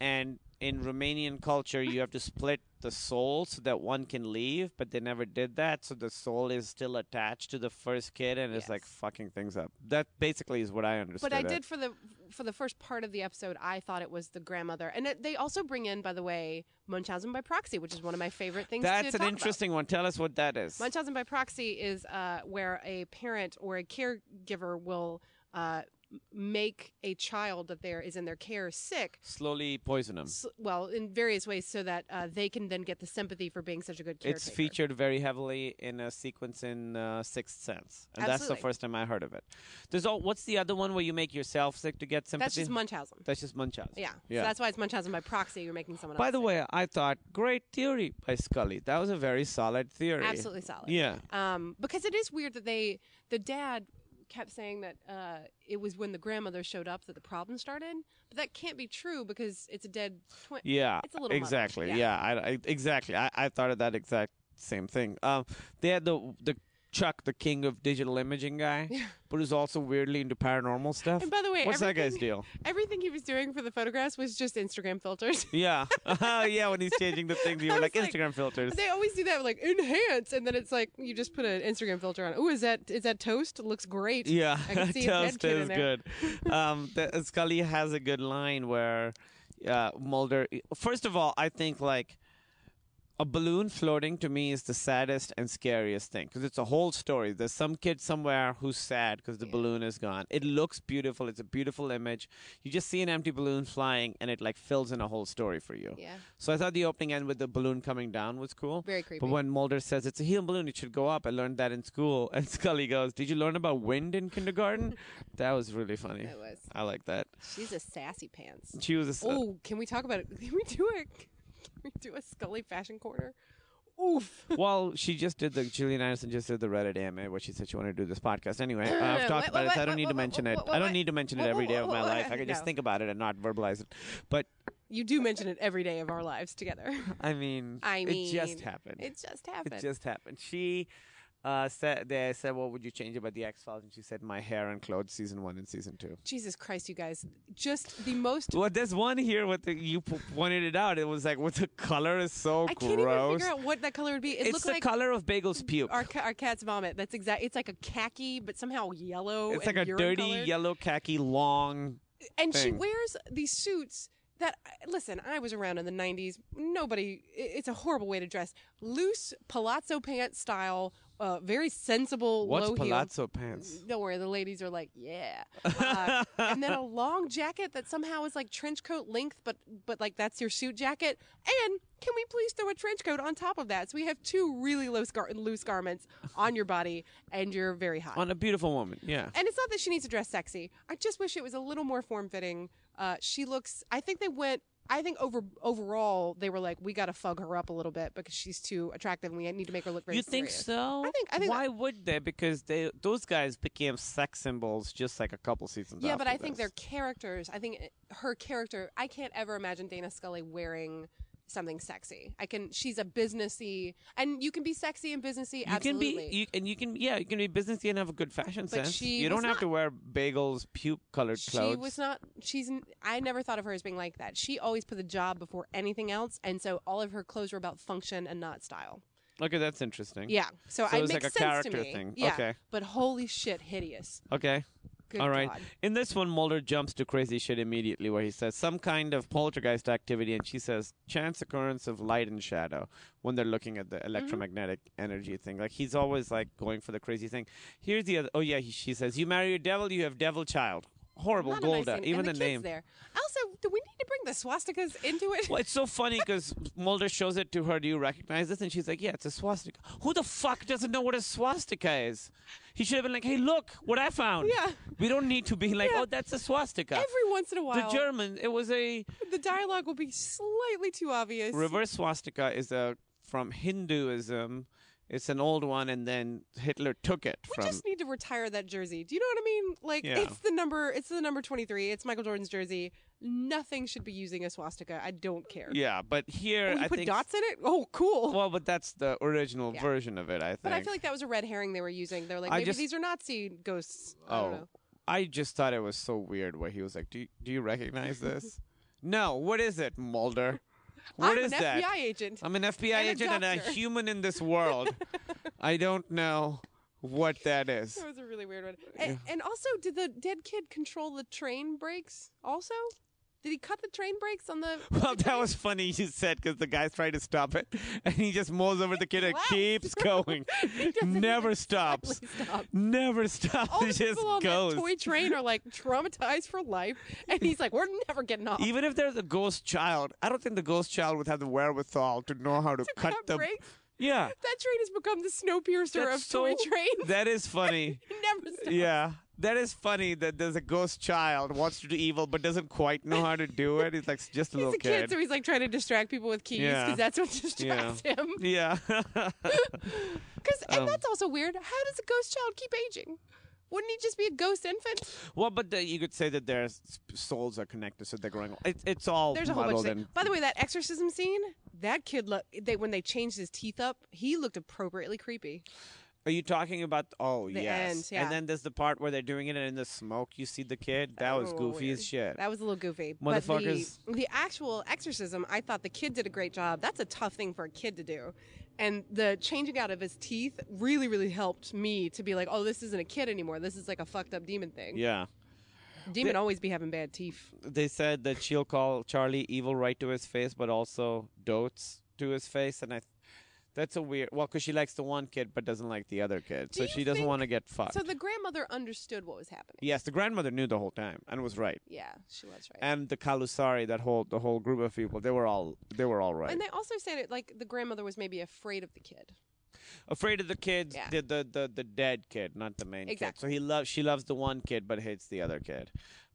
[SPEAKER 5] and in Romanian culture, you have to split the soul so that one can leave. But they never did that, so the soul is still attached to the first kid, and it's like
[SPEAKER 6] Yes.
[SPEAKER 5] fucking things up. That basically is what I understood.
[SPEAKER 6] But I
[SPEAKER 5] it.
[SPEAKER 6] did for the for the first part of the episode. I thought it was the grandmother, and it, they also bring in, by the way, Munchausen by proxy, which is one of my favorite things.
[SPEAKER 5] That's
[SPEAKER 6] to
[SPEAKER 5] an
[SPEAKER 6] talk about.
[SPEAKER 5] interesting one. Tell us what that is.
[SPEAKER 6] Munchausen by proxy is uh, where a parent or a caregiver will uh, m- make a child that there is in their care sick.
[SPEAKER 5] Slowly poison him.
[SPEAKER 6] s- Well, in various ways, so that uh, they can then get the sympathy for being such a good caretaker.
[SPEAKER 5] It's featured very heavily in a sequence in uh, Sixth Sense, and that's the
[SPEAKER 6] Absolutely.
[SPEAKER 5] first time I heard of it. There's all. What's the other one where you make yourself sick to get sympathy?
[SPEAKER 6] That's just Munchausen.
[SPEAKER 5] That's just Munchausen.
[SPEAKER 6] yeah. So that's why it's Munchausen by proxy. You're making someone.
[SPEAKER 5] By
[SPEAKER 6] else
[SPEAKER 5] the
[SPEAKER 6] sick.
[SPEAKER 5] way, I thought great theory by Scully. That was a very solid theory.
[SPEAKER 6] absolutely solid.
[SPEAKER 5] Yeah.
[SPEAKER 6] Um, because it is weird that they, the dad kept saying that uh, it was when the grandmother showed up that the problem started, but that can't be true because it's a dead twin.
[SPEAKER 5] Yeah.
[SPEAKER 6] It's a little muddled.
[SPEAKER 5] exactly.
[SPEAKER 6] Yeah.
[SPEAKER 5] Yeah. I, I- exactly. I, I thought of that exact same thing. Um, they had the the Chuck, the king of digital imaging
[SPEAKER 6] [LAUGHS]
[SPEAKER 5] guy, but who's also weirdly into paranormal stuff.
[SPEAKER 6] And by the way,
[SPEAKER 5] what's that guy's
[SPEAKER 6] everything-
[SPEAKER 5] deal?
[SPEAKER 6] [LAUGHS] Everything he was doing for the photographs was just Instagram filters.
[SPEAKER 5] Yeah. [LAUGHS] Oh, yeah, when he's changing the
[SPEAKER 6] [LAUGHS]
[SPEAKER 5] things, you
[SPEAKER 6] I
[SPEAKER 5] were
[SPEAKER 6] was
[SPEAKER 5] like Instagram filters.
[SPEAKER 6] They always do that, like enhance, and then it's like you just put an Instagram filter on. Oh, is that is that toast? Looks great.
[SPEAKER 5] Yeah, [LAUGHS]
[SPEAKER 6] I can see a dead
[SPEAKER 5] toast
[SPEAKER 6] kid in
[SPEAKER 5] is
[SPEAKER 6] there.
[SPEAKER 5] good. um, the, Scully has a good line where uh, Mulder. First of all, I think like a balloon floating to me is the saddest and scariest thing because it's a whole story. There's some kid somewhere who's sad because the balloon is gone. It looks beautiful. It's a beautiful image. You just see an empty balloon flying, and it like fills in a whole story for you.
[SPEAKER 6] Yeah.
[SPEAKER 5] So I thought the opening end with the balloon coming down was cool.
[SPEAKER 6] Very creepy.
[SPEAKER 5] But when Mulder says it's a helium balloon, it should go up. I learned that in school. [LAUGHS] And Scully goes, "Did you learn about wind in
[SPEAKER 6] [LAUGHS]
[SPEAKER 5] kindergarten?" that was really funny.
[SPEAKER 6] That was.
[SPEAKER 5] I like that.
[SPEAKER 6] She's a sassy pants.
[SPEAKER 5] She was a. s-
[SPEAKER 6] Oh, can we talk about it? [LAUGHS] Can we do it? Can we do a Scully fashion corner? Oof.
[SPEAKER 5] Well, she just did the Julian Anderson just did the Reddit AMA where she said she wanted to do this podcast. Anyway,
[SPEAKER 6] [CLEARS THROAT]
[SPEAKER 5] uh, I've talked
[SPEAKER 6] What-
[SPEAKER 5] about it.
[SPEAKER 6] what-
[SPEAKER 5] so I don't
[SPEAKER 6] what-
[SPEAKER 5] need to
[SPEAKER 6] what-
[SPEAKER 5] mention
[SPEAKER 6] what-
[SPEAKER 5] it.
[SPEAKER 6] what-
[SPEAKER 5] I don't
[SPEAKER 6] what-
[SPEAKER 5] need to mention it
[SPEAKER 6] what-
[SPEAKER 5] every
[SPEAKER 6] what-
[SPEAKER 5] day of
[SPEAKER 6] what-
[SPEAKER 5] my
[SPEAKER 6] what-
[SPEAKER 5] life. I can just
[SPEAKER 6] no.
[SPEAKER 5] think about it and not verbalize it. But
[SPEAKER 6] You do mention it every day of our
[SPEAKER 5] [LAUGHS]
[SPEAKER 6] lives together.
[SPEAKER 5] I mean,
[SPEAKER 6] I mean,
[SPEAKER 5] it just happened.
[SPEAKER 6] It just happened.
[SPEAKER 5] It just happened. She uh, said, they said, what would you change about the X Files? And she said, my hair and clothes, season one and season two.
[SPEAKER 6] Jesus Christ, you guys. Just the most.
[SPEAKER 5] Well, there's one here with the, you p- pointed it out. It was like, what the color is so
[SPEAKER 6] I
[SPEAKER 5] gross.
[SPEAKER 6] can't even figure out what that color would be. It
[SPEAKER 5] it's
[SPEAKER 6] looked
[SPEAKER 5] the
[SPEAKER 6] like
[SPEAKER 5] color of Bagel's puke.
[SPEAKER 6] our, ca- our cat's vomit. That's exact. It's like a khaki, but somehow yellow.
[SPEAKER 5] it's like
[SPEAKER 6] and
[SPEAKER 5] a
[SPEAKER 6] urine
[SPEAKER 5] dirty
[SPEAKER 6] colored.
[SPEAKER 5] yellow khaki long.
[SPEAKER 6] and she
[SPEAKER 5] thing.
[SPEAKER 6] wears these suits that uh, listen i was around in the 90s nobody i- it's a horrible way to dress loose palazzo pants style uh, very sensible
[SPEAKER 5] What's
[SPEAKER 6] low
[SPEAKER 5] palazzo pants?
[SPEAKER 6] heel don't worry the ladies are like yeah
[SPEAKER 5] [LAUGHS]
[SPEAKER 6] uh, and then a long jacket that somehow is like trench coat length but but like that's your suit jacket and can we please throw a trench coat on top of that so we have two really loose, gar- loose garments on your body and you're very hot
[SPEAKER 5] On a beautiful woman, yeah.
[SPEAKER 6] and it's not that she needs to dress sexy. I just wish it was a little more form fitting. Uh, she looks. I think they went. I think over overall they were like, we got to fug her up a little bit because she's too attractive. and We need to make her look very.
[SPEAKER 5] You think
[SPEAKER 6] serious."
[SPEAKER 5] so?
[SPEAKER 6] I think- I think
[SPEAKER 5] Why would they? Because they those guys became sex symbols just like a couple seasons.
[SPEAKER 6] Yeah, but
[SPEAKER 5] after
[SPEAKER 6] I think
[SPEAKER 5] this.
[SPEAKER 6] their characters. I think eh, her character. I can't ever imagine Dana Scully wearing something sexy. I can. She's a businessy, and you can be sexy and businessy.
[SPEAKER 5] You
[SPEAKER 6] absolutely.
[SPEAKER 5] can be, you, and you can, yeah, you can be businessy and have a good fashion sense.
[SPEAKER 6] she
[SPEAKER 5] you
[SPEAKER 6] was
[SPEAKER 5] don't have
[SPEAKER 6] not.
[SPEAKER 5] to wear bagels, puke colored clothes.
[SPEAKER 6] She was not. She's. n- I never thought of her as being like that. She always put the job before anything else, and so all of her clothes were about function and not style.
[SPEAKER 5] Okay, that's interesting.
[SPEAKER 6] Yeah. So,
[SPEAKER 5] Mm. So
[SPEAKER 6] I
[SPEAKER 5] it's
[SPEAKER 6] makes
[SPEAKER 5] like a
[SPEAKER 6] sense
[SPEAKER 5] character
[SPEAKER 6] to me.
[SPEAKER 5] thing.
[SPEAKER 6] Yeah.
[SPEAKER 5] Okay.
[SPEAKER 6] But holy shit, hideous.
[SPEAKER 5] Okay.
[SPEAKER 6] Good
[SPEAKER 5] All right.
[SPEAKER 6] God.
[SPEAKER 5] In this one, Mulder jumps to crazy shit immediately, where he says some kind of poltergeist activity, and she says chance occurrence of light and shadow when they're looking at the
[SPEAKER 6] Mm-hmm.
[SPEAKER 5] electromagnetic energy thing. Like he's always like going for the crazy thing. Here's the other. Oh yeah, he, she says you marry a devil, you have devil child. Horrible,
[SPEAKER 6] Not a nice
[SPEAKER 5] Golda.
[SPEAKER 6] scene.
[SPEAKER 5] Even
[SPEAKER 6] and the,
[SPEAKER 5] the
[SPEAKER 6] kids
[SPEAKER 5] name.
[SPEAKER 6] there. Also, do we need to bring the swastikas into it? [LAUGHS]
[SPEAKER 5] Well, it's so funny because Mulder shows it to her. Do you recognize this? And she's like, "Yeah, it's a swastika." Who the fuck doesn't know what a swastika is? He should have been like, "Hey, look what I found."
[SPEAKER 6] Yeah.
[SPEAKER 5] We don't need to be like, "Oh, that's a swastika."
[SPEAKER 6] Every once in a while,
[SPEAKER 5] The German. It was a
[SPEAKER 6] the dialogue will be slightly too obvious.
[SPEAKER 5] reverse swastika is a from Hinduism. It's an old one, and then Hitler took it
[SPEAKER 6] we
[SPEAKER 5] from.
[SPEAKER 6] just need to retire that jersey. Do you know what I mean? Like
[SPEAKER 5] Yeah.
[SPEAKER 6] it's the number, it's the number twenty three. It's Michael Jordan's jersey. Nothing should be using a swastika. I don't care.
[SPEAKER 5] yeah, but here
[SPEAKER 6] Oh, you
[SPEAKER 5] I
[SPEAKER 6] put
[SPEAKER 5] think.
[SPEAKER 6] dots in it. Oh, cool.
[SPEAKER 5] Well, but that's the original
[SPEAKER 6] Yeah.
[SPEAKER 5] version of it. I think.
[SPEAKER 6] but I feel like that was a red herring they were using. They're like,
[SPEAKER 5] I
[SPEAKER 6] maybe
[SPEAKER 5] just-
[SPEAKER 6] these are Nazi ghosts. I don't
[SPEAKER 5] Oh,
[SPEAKER 6] know.
[SPEAKER 5] I just thought it was so weird where he was like, "Do you, do you recognize
[SPEAKER 6] [LAUGHS]
[SPEAKER 5] this?" no, what is it, Mulder? What
[SPEAKER 6] I'm
[SPEAKER 5] is
[SPEAKER 6] an
[SPEAKER 5] that?
[SPEAKER 6] FBI agent. [LAUGHS]
[SPEAKER 5] I'm an FBI
[SPEAKER 6] and a
[SPEAKER 5] agent and a
[SPEAKER 6] doctor.
[SPEAKER 5] human in this
[SPEAKER 6] [LAUGHS]
[SPEAKER 5] world. I don't know what that is.
[SPEAKER 6] [LAUGHS] That was a really weird one. And, and also, did the dead kid control the train brakes? Also, did he cut the train brakes on the?
[SPEAKER 5] [LAUGHS] Well, that was funny you said because the guy's trying to stop it, [LAUGHS] and he just mows over the kid and
[SPEAKER 6] Wow. [LAUGHS]
[SPEAKER 5] keeps going,
[SPEAKER 6] doesn't
[SPEAKER 5] [LAUGHS] never
[SPEAKER 6] even
[SPEAKER 5] stops,
[SPEAKER 6] slightly stop.
[SPEAKER 5] never stops.
[SPEAKER 6] [LAUGHS]
[SPEAKER 5] [LAUGHS]
[SPEAKER 6] All the
[SPEAKER 5] it just
[SPEAKER 6] people on
[SPEAKER 5] goes.
[SPEAKER 6] that toy train are like traumatized for life, and he's like, "We're never getting off."
[SPEAKER 5] Even if there's a ghost child, I don't think the ghost child would have the wherewithal to know how to, cut,
[SPEAKER 6] cut
[SPEAKER 5] the
[SPEAKER 6] brakes?
[SPEAKER 5] Yeah,
[SPEAKER 6] that train has become the snowpiercer
[SPEAKER 5] That's
[SPEAKER 6] of toy
[SPEAKER 5] [LAUGHS] so-
[SPEAKER 6] [LAUGHS] trains.
[SPEAKER 5] That is funny.
[SPEAKER 6] It never stops.
[SPEAKER 5] yeah. That is funny that there's a ghost child wants to do evil but doesn't quite know how to do it. He's like s- just a
[SPEAKER 6] He's
[SPEAKER 5] little
[SPEAKER 6] a kid, so he's like trying to distract people with keys because
[SPEAKER 5] Yeah.
[SPEAKER 6] that's what distracts
[SPEAKER 5] [LAUGHS] yeah.
[SPEAKER 6] him. [LAUGHS]
[SPEAKER 5] Yeah.
[SPEAKER 6] Because
[SPEAKER 5] Um,
[SPEAKER 6] and that's also weird. How does a ghost child keep aging? Wouldn't he just be a ghost infant?
[SPEAKER 5] well, but the, you could say that their s- souls are connected, so they're growing. It, it's all
[SPEAKER 6] There's a whole bunch of
[SPEAKER 5] muddled
[SPEAKER 6] things.
[SPEAKER 5] and-
[SPEAKER 6] By the way, that exorcism scene, that kid look they when they changed his teeth up, he looked appropriately creepy.
[SPEAKER 5] Are you talking about? Oh,
[SPEAKER 6] The
[SPEAKER 5] yes.
[SPEAKER 6] end, yeah.
[SPEAKER 5] And then there's the part where they're doing it, and in the smoke you see the kid. That was
[SPEAKER 6] Oh,
[SPEAKER 5] goofy
[SPEAKER 6] weird.
[SPEAKER 5] as shit.
[SPEAKER 6] That was a little goofy. But the,
[SPEAKER 5] Motherfuckers.
[SPEAKER 6] the actual exorcism, I thought the kid did a great job. That's a tough thing for a kid to do. And the changing out of his teeth really, really helped me to be like, oh, this isn't a kid anymore. This is like a fucked up demon thing.
[SPEAKER 5] yeah.
[SPEAKER 6] Demon always be having bad teeth.
[SPEAKER 5] they said that she'll call Charlie evil right to his face, but also dotes to his face, and I. that's a weird. Well, because she likes the one kid but doesn't like the other kid, so
[SPEAKER 6] you
[SPEAKER 5] she doesn't
[SPEAKER 6] think-
[SPEAKER 5] want to get fucked.
[SPEAKER 6] So the grandmother understood what was happening.
[SPEAKER 5] yes, the grandmother knew the whole time and was right,
[SPEAKER 6] Yeah, she was right.
[SPEAKER 5] and the Kalusari, that whole the whole group of people, they were all they were all right.
[SPEAKER 6] and they also said it like the grandmother was maybe afraid of the kid.
[SPEAKER 5] Afraid of the kids,
[SPEAKER 6] Yeah.
[SPEAKER 5] the, the the the dead kid, not the main kid. So
[SPEAKER 6] Exactly.
[SPEAKER 5] he loves she loves the one kid but hates the other kid.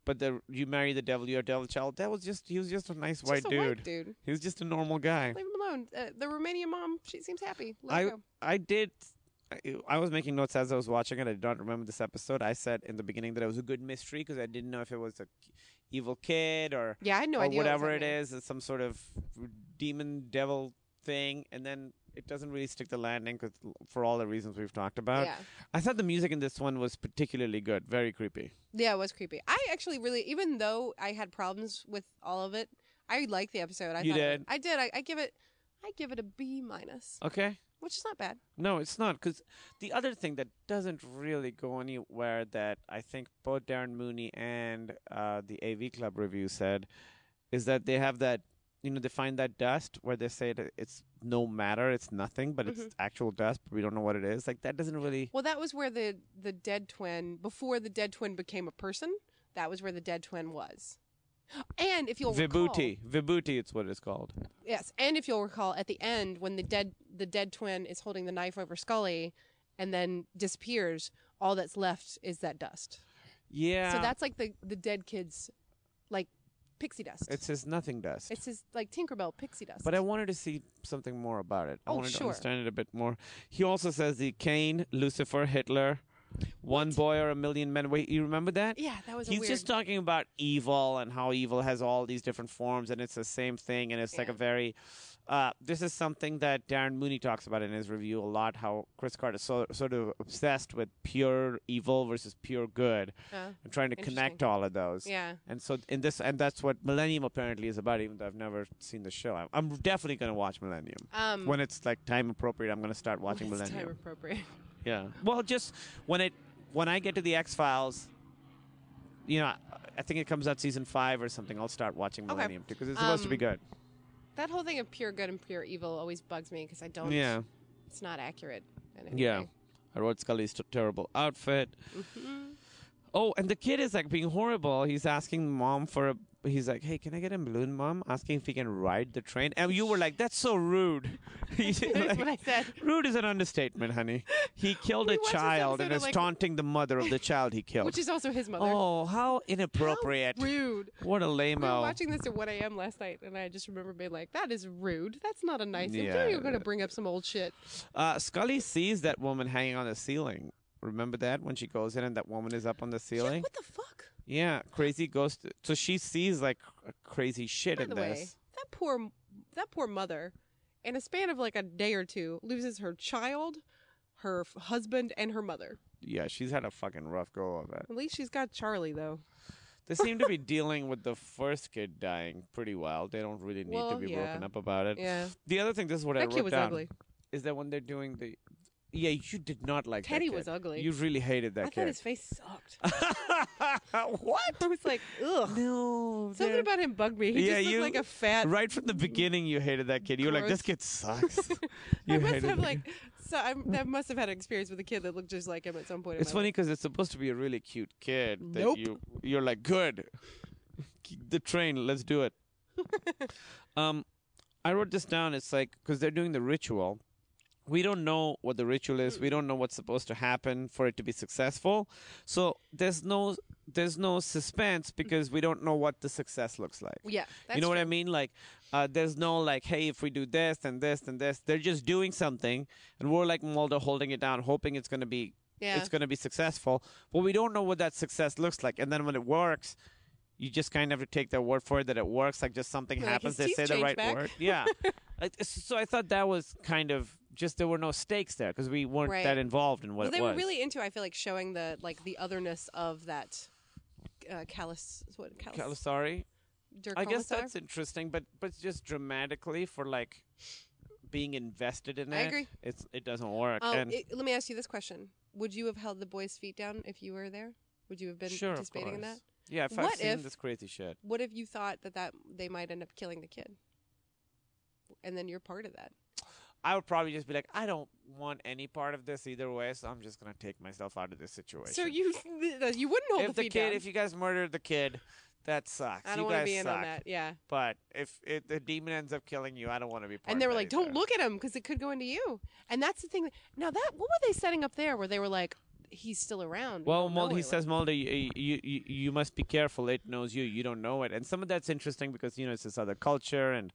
[SPEAKER 5] But the you marry the devil, your devil child. That was just he was just a nice white,
[SPEAKER 6] a
[SPEAKER 5] dude.
[SPEAKER 6] white dude.
[SPEAKER 5] He was just a normal guy.
[SPEAKER 6] Leave him alone. Uh, the Romanian mom, she seems happy. Let her
[SPEAKER 5] I
[SPEAKER 6] go.
[SPEAKER 5] I did. I- I was making notes as I was watching it. I don't remember this episode. I said in the beginning that it was a good mystery because I didn't know if it was a k- evil kid or
[SPEAKER 6] Yeah, I had no
[SPEAKER 5] or
[SPEAKER 6] idea what was
[SPEAKER 5] whatever it
[SPEAKER 6] happening.
[SPEAKER 5] is. It's some sort of demon devil thing, and then it doesn't really stick the landing 'cause- for all the reasons we've talked about.
[SPEAKER 6] Yeah.
[SPEAKER 5] I thought the music in this one was particularly good. Very creepy.
[SPEAKER 6] Yeah, it was creepy. I actually really, even though I had problems with all of it, I liked the episode. I
[SPEAKER 5] You
[SPEAKER 6] thought it-
[SPEAKER 5] did?
[SPEAKER 6] I did. I, I give it. I give it a B minus,
[SPEAKER 5] Okay.
[SPEAKER 6] which is not bad.
[SPEAKER 5] No, it's not. Because the other thing that doesn't really go anywhere that I think both Darren Mooney and uh, the AV Club review said is that they have that, you know, they find that dust where they say that it's no matter, it's nothing, but it's actual dust, but we don't know what it is. Like, that doesn't really.
[SPEAKER 6] Well, that was where the the dead twin before the dead twin became a person. That was where the dead twin was. And if you'll recall,
[SPEAKER 5] Vibhuti. Vibhuti, it's what it's called.
[SPEAKER 6] yes, and if you'll recall, at the end when the dead the dead twin is holding the knife over Scully, and then disappears, all that's left is that dust.
[SPEAKER 5] Yeah.
[SPEAKER 6] So that's like the the dead kid's, like, pixie dust.
[SPEAKER 5] It says nothing dust.
[SPEAKER 6] It's his like Tinkerbell pixie dust.
[SPEAKER 5] But I wanted to see something more about it. I
[SPEAKER 6] Oh,
[SPEAKER 5] wanted to
[SPEAKER 6] sure.
[SPEAKER 5] understand it a bit more. He also says the Cain, Lucifer, Hitler, one boy or a million men. Wait, you remember that?
[SPEAKER 6] Yeah, that was a
[SPEAKER 5] He's just
[SPEAKER 6] weird-
[SPEAKER 5] talking about evil and how evil has all these different forms and it's the same thing and it's like a very. Uh, this is something that Darren Mooney talks about in his review a lot. How Chris Carter is so, sort of obsessed with pure evil versus pure good, and trying to connect all of those.
[SPEAKER 6] Yeah.
[SPEAKER 5] And so in this, and that's what Millennium apparently is about. Even though I've never seen the show, I'm, I'm definitely going to watch Millennium
[SPEAKER 6] Um,
[SPEAKER 5] when it's like time appropriate. I'm going to start watching
[SPEAKER 6] it's
[SPEAKER 5] Millennium.
[SPEAKER 6] time appropriate.
[SPEAKER 5] yeah. Well, just when it when I get to the X Files, you know, I think it comes out season five or something. I'll start watching
[SPEAKER 6] Okay.
[SPEAKER 5] Millennium because it's supposed to be
[SPEAKER 6] Um,
[SPEAKER 5] good.
[SPEAKER 6] That whole thing of pure good and pure evil always bugs me because I don't.
[SPEAKER 5] Yeah,
[SPEAKER 6] It's not accurate. in any
[SPEAKER 5] yeah.
[SPEAKER 6] way.
[SPEAKER 5] I wrote Scully's t- terrible outfit.
[SPEAKER 6] Mm-hmm.
[SPEAKER 5] Oh, and the kid is like being horrible. He's asking mom for a. He's like, "Hey, can I get a balloon, mom?" Asking if he can ride the train, and you were like, "That's so rude." [LAUGHS] That's
[SPEAKER 6] [LAUGHS] That's what I said.
[SPEAKER 5] Rude is an understatement,
[SPEAKER 6] [LAUGHS]
[SPEAKER 5] honey. He killed
[SPEAKER 6] We
[SPEAKER 5] a
[SPEAKER 6] watched this
[SPEAKER 5] child
[SPEAKER 6] episode
[SPEAKER 5] and
[SPEAKER 6] of,
[SPEAKER 5] is
[SPEAKER 6] like-
[SPEAKER 5] taunting the mother of the child he killed.
[SPEAKER 6] Which is also his mother.
[SPEAKER 5] oh, how
[SPEAKER 6] How
[SPEAKER 5] inappropriate!
[SPEAKER 6] rude.
[SPEAKER 5] What a lame
[SPEAKER 6] We were
[SPEAKER 5] o.
[SPEAKER 6] watching this at 1 a.m. last night, and I just remember being like, that is rude. That's not a nice thing.
[SPEAKER 5] Yeah.
[SPEAKER 6] You're going to bring up some old shit.
[SPEAKER 5] Uh, Scully sees that woman hanging on the ceiling. Remember that when she goes in and that woman is up on the
[SPEAKER 6] Yeah,
[SPEAKER 5] ceiling?
[SPEAKER 6] what the fuck?
[SPEAKER 5] Yeah, crazy ghost. So she sees like cr- crazy shit
[SPEAKER 6] By
[SPEAKER 5] in
[SPEAKER 6] the
[SPEAKER 5] this.
[SPEAKER 6] way, that poor, that poor mother, in a span of like a day or two, loses her child, her f- husband, and her mother.
[SPEAKER 5] Yeah, she's had a fucking rough go of it.
[SPEAKER 6] At least she's got Charlie, though.
[SPEAKER 5] They seem
[SPEAKER 6] [LAUGHS]
[SPEAKER 5] to be dealing with the first kid dying pretty well. They don't really need to
[SPEAKER 6] Well,
[SPEAKER 5] be
[SPEAKER 6] yeah.
[SPEAKER 5] broken up about it.
[SPEAKER 6] Yeah.
[SPEAKER 5] The other thing, this is what I
[SPEAKER 6] that
[SPEAKER 5] wrote
[SPEAKER 6] kid was
[SPEAKER 5] down,
[SPEAKER 6] ugly.
[SPEAKER 5] is that when they're doing the, yeah, you did not like
[SPEAKER 6] Teddy
[SPEAKER 5] that kid.
[SPEAKER 6] was ugly.
[SPEAKER 5] You really hated that
[SPEAKER 6] I thought
[SPEAKER 5] kid.
[SPEAKER 6] his
[SPEAKER 5] [LAUGHS]
[SPEAKER 6] face sucked. [LAUGHS]
[SPEAKER 5] what?
[SPEAKER 6] I was like, ugh.
[SPEAKER 5] [LAUGHS] No.
[SPEAKER 6] Something
[SPEAKER 5] they're-
[SPEAKER 6] about him bugged me. He
[SPEAKER 5] Yeah,
[SPEAKER 6] just looked
[SPEAKER 5] you-
[SPEAKER 6] like a fat.
[SPEAKER 5] Right from the beginning, you hated that kid. You were like, this kid
[SPEAKER 6] [LAUGHS]
[SPEAKER 5] sucks. you
[SPEAKER 6] I must
[SPEAKER 5] hated
[SPEAKER 6] have
[SPEAKER 5] that
[SPEAKER 6] like so. I that must have had an experience with a kid that looked just like him at some point. in
[SPEAKER 5] It's
[SPEAKER 6] my
[SPEAKER 5] funny because it's supposed to be a really cute kid. That
[SPEAKER 6] Nope.
[SPEAKER 5] You you're like good. Keep The train, let's do
[SPEAKER 6] [LAUGHS]
[SPEAKER 5] it. um, I wrote this down. It's like because they're doing the ritual. We don't know what the ritual is. We don't know what's supposed to happen for it to be successful. So there's no there's no suspense because we don't know what the success looks like.
[SPEAKER 6] life. Yeah, that's
[SPEAKER 5] you know what
[SPEAKER 6] true.
[SPEAKER 5] I mean? Like, uh, there's no like, hey, if we do this and this and this, they're just doing something, and we're like Mulder holding it down, hoping it's gonna be,
[SPEAKER 6] Yeah.
[SPEAKER 5] it's gonna be successful. But we don't know what that success looks like, and then when it works, you just kind of have to take their word for it that it works. Like, just something
[SPEAKER 6] Like,
[SPEAKER 5] happens,
[SPEAKER 6] his
[SPEAKER 5] they
[SPEAKER 6] teeth
[SPEAKER 5] say the
[SPEAKER 6] change
[SPEAKER 5] right
[SPEAKER 6] back. [LAUGHS]
[SPEAKER 5] word, yeah. Like, so I thought that was kind of just there were no stakes there because we weren't
[SPEAKER 6] Right.
[SPEAKER 5] that involved in what
[SPEAKER 6] Well,
[SPEAKER 5] it
[SPEAKER 6] they
[SPEAKER 5] was.
[SPEAKER 6] were really into. I feel like showing the like the otherness of that uh, callous. What callous?
[SPEAKER 5] Kalasari.
[SPEAKER 6] Dirk
[SPEAKER 5] I guess
[SPEAKER 6] Commissar?
[SPEAKER 5] that's interesting, but but just dramatically for like being invested in
[SPEAKER 6] I
[SPEAKER 5] it,
[SPEAKER 6] agree.
[SPEAKER 5] it's it doesn't work.
[SPEAKER 6] Oh,
[SPEAKER 5] and
[SPEAKER 6] it- let me ask you this question: Would you have held the boy's feet down if you were there? Would you have been
[SPEAKER 5] sure, of
[SPEAKER 6] participating in that?
[SPEAKER 5] course. Yeah, if I've
[SPEAKER 6] What
[SPEAKER 5] seen
[SPEAKER 6] if-
[SPEAKER 5] this crazy shit,
[SPEAKER 6] What if you thought that that they might end up killing the kid, and then you're part of that?
[SPEAKER 5] I would probably just be like, I don't want any part of this either way, so I'm just gonna take myself out of this situation.
[SPEAKER 6] So you [LAUGHS] you wouldn't hold
[SPEAKER 5] if
[SPEAKER 6] the
[SPEAKER 5] the,
[SPEAKER 6] feet
[SPEAKER 5] kid,
[SPEAKER 6] down.
[SPEAKER 5] if you guys murdered the kid, that sucks.
[SPEAKER 6] I don't
[SPEAKER 5] you
[SPEAKER 6] want to
[SPEAKER 5] guys
[SPEAKER 6] be in
[SPEAKER 5] suck.
[SPEAKER 6] on that. Yeah.
[SPEAKER 5] But if it, the demon ends up killing you, I don't want to be part.
[SPEAKER 6] and they
[SPEAKER 5] of
[SPEAKER 6] were
[SPEAKER 5] that
[SPEAKER 6] like,
[SPEAKER 5] either.
[SPEAKER 6] "Don't look at him because it could go into you." And that's the thing. Now that what were they setting up there? Where they were like, "He's still around." We
[SPEAKER 5] Well,
[SPEAKER 6] don't know
[SPEAKER 5] Mulder, he
[SPEAKER 6] it."
[SPEAKER 5] says, Mulder, you, you, you, you must be careful. It knows you. You don't know it. And some of that's interesting because, you know, it's this other culture. And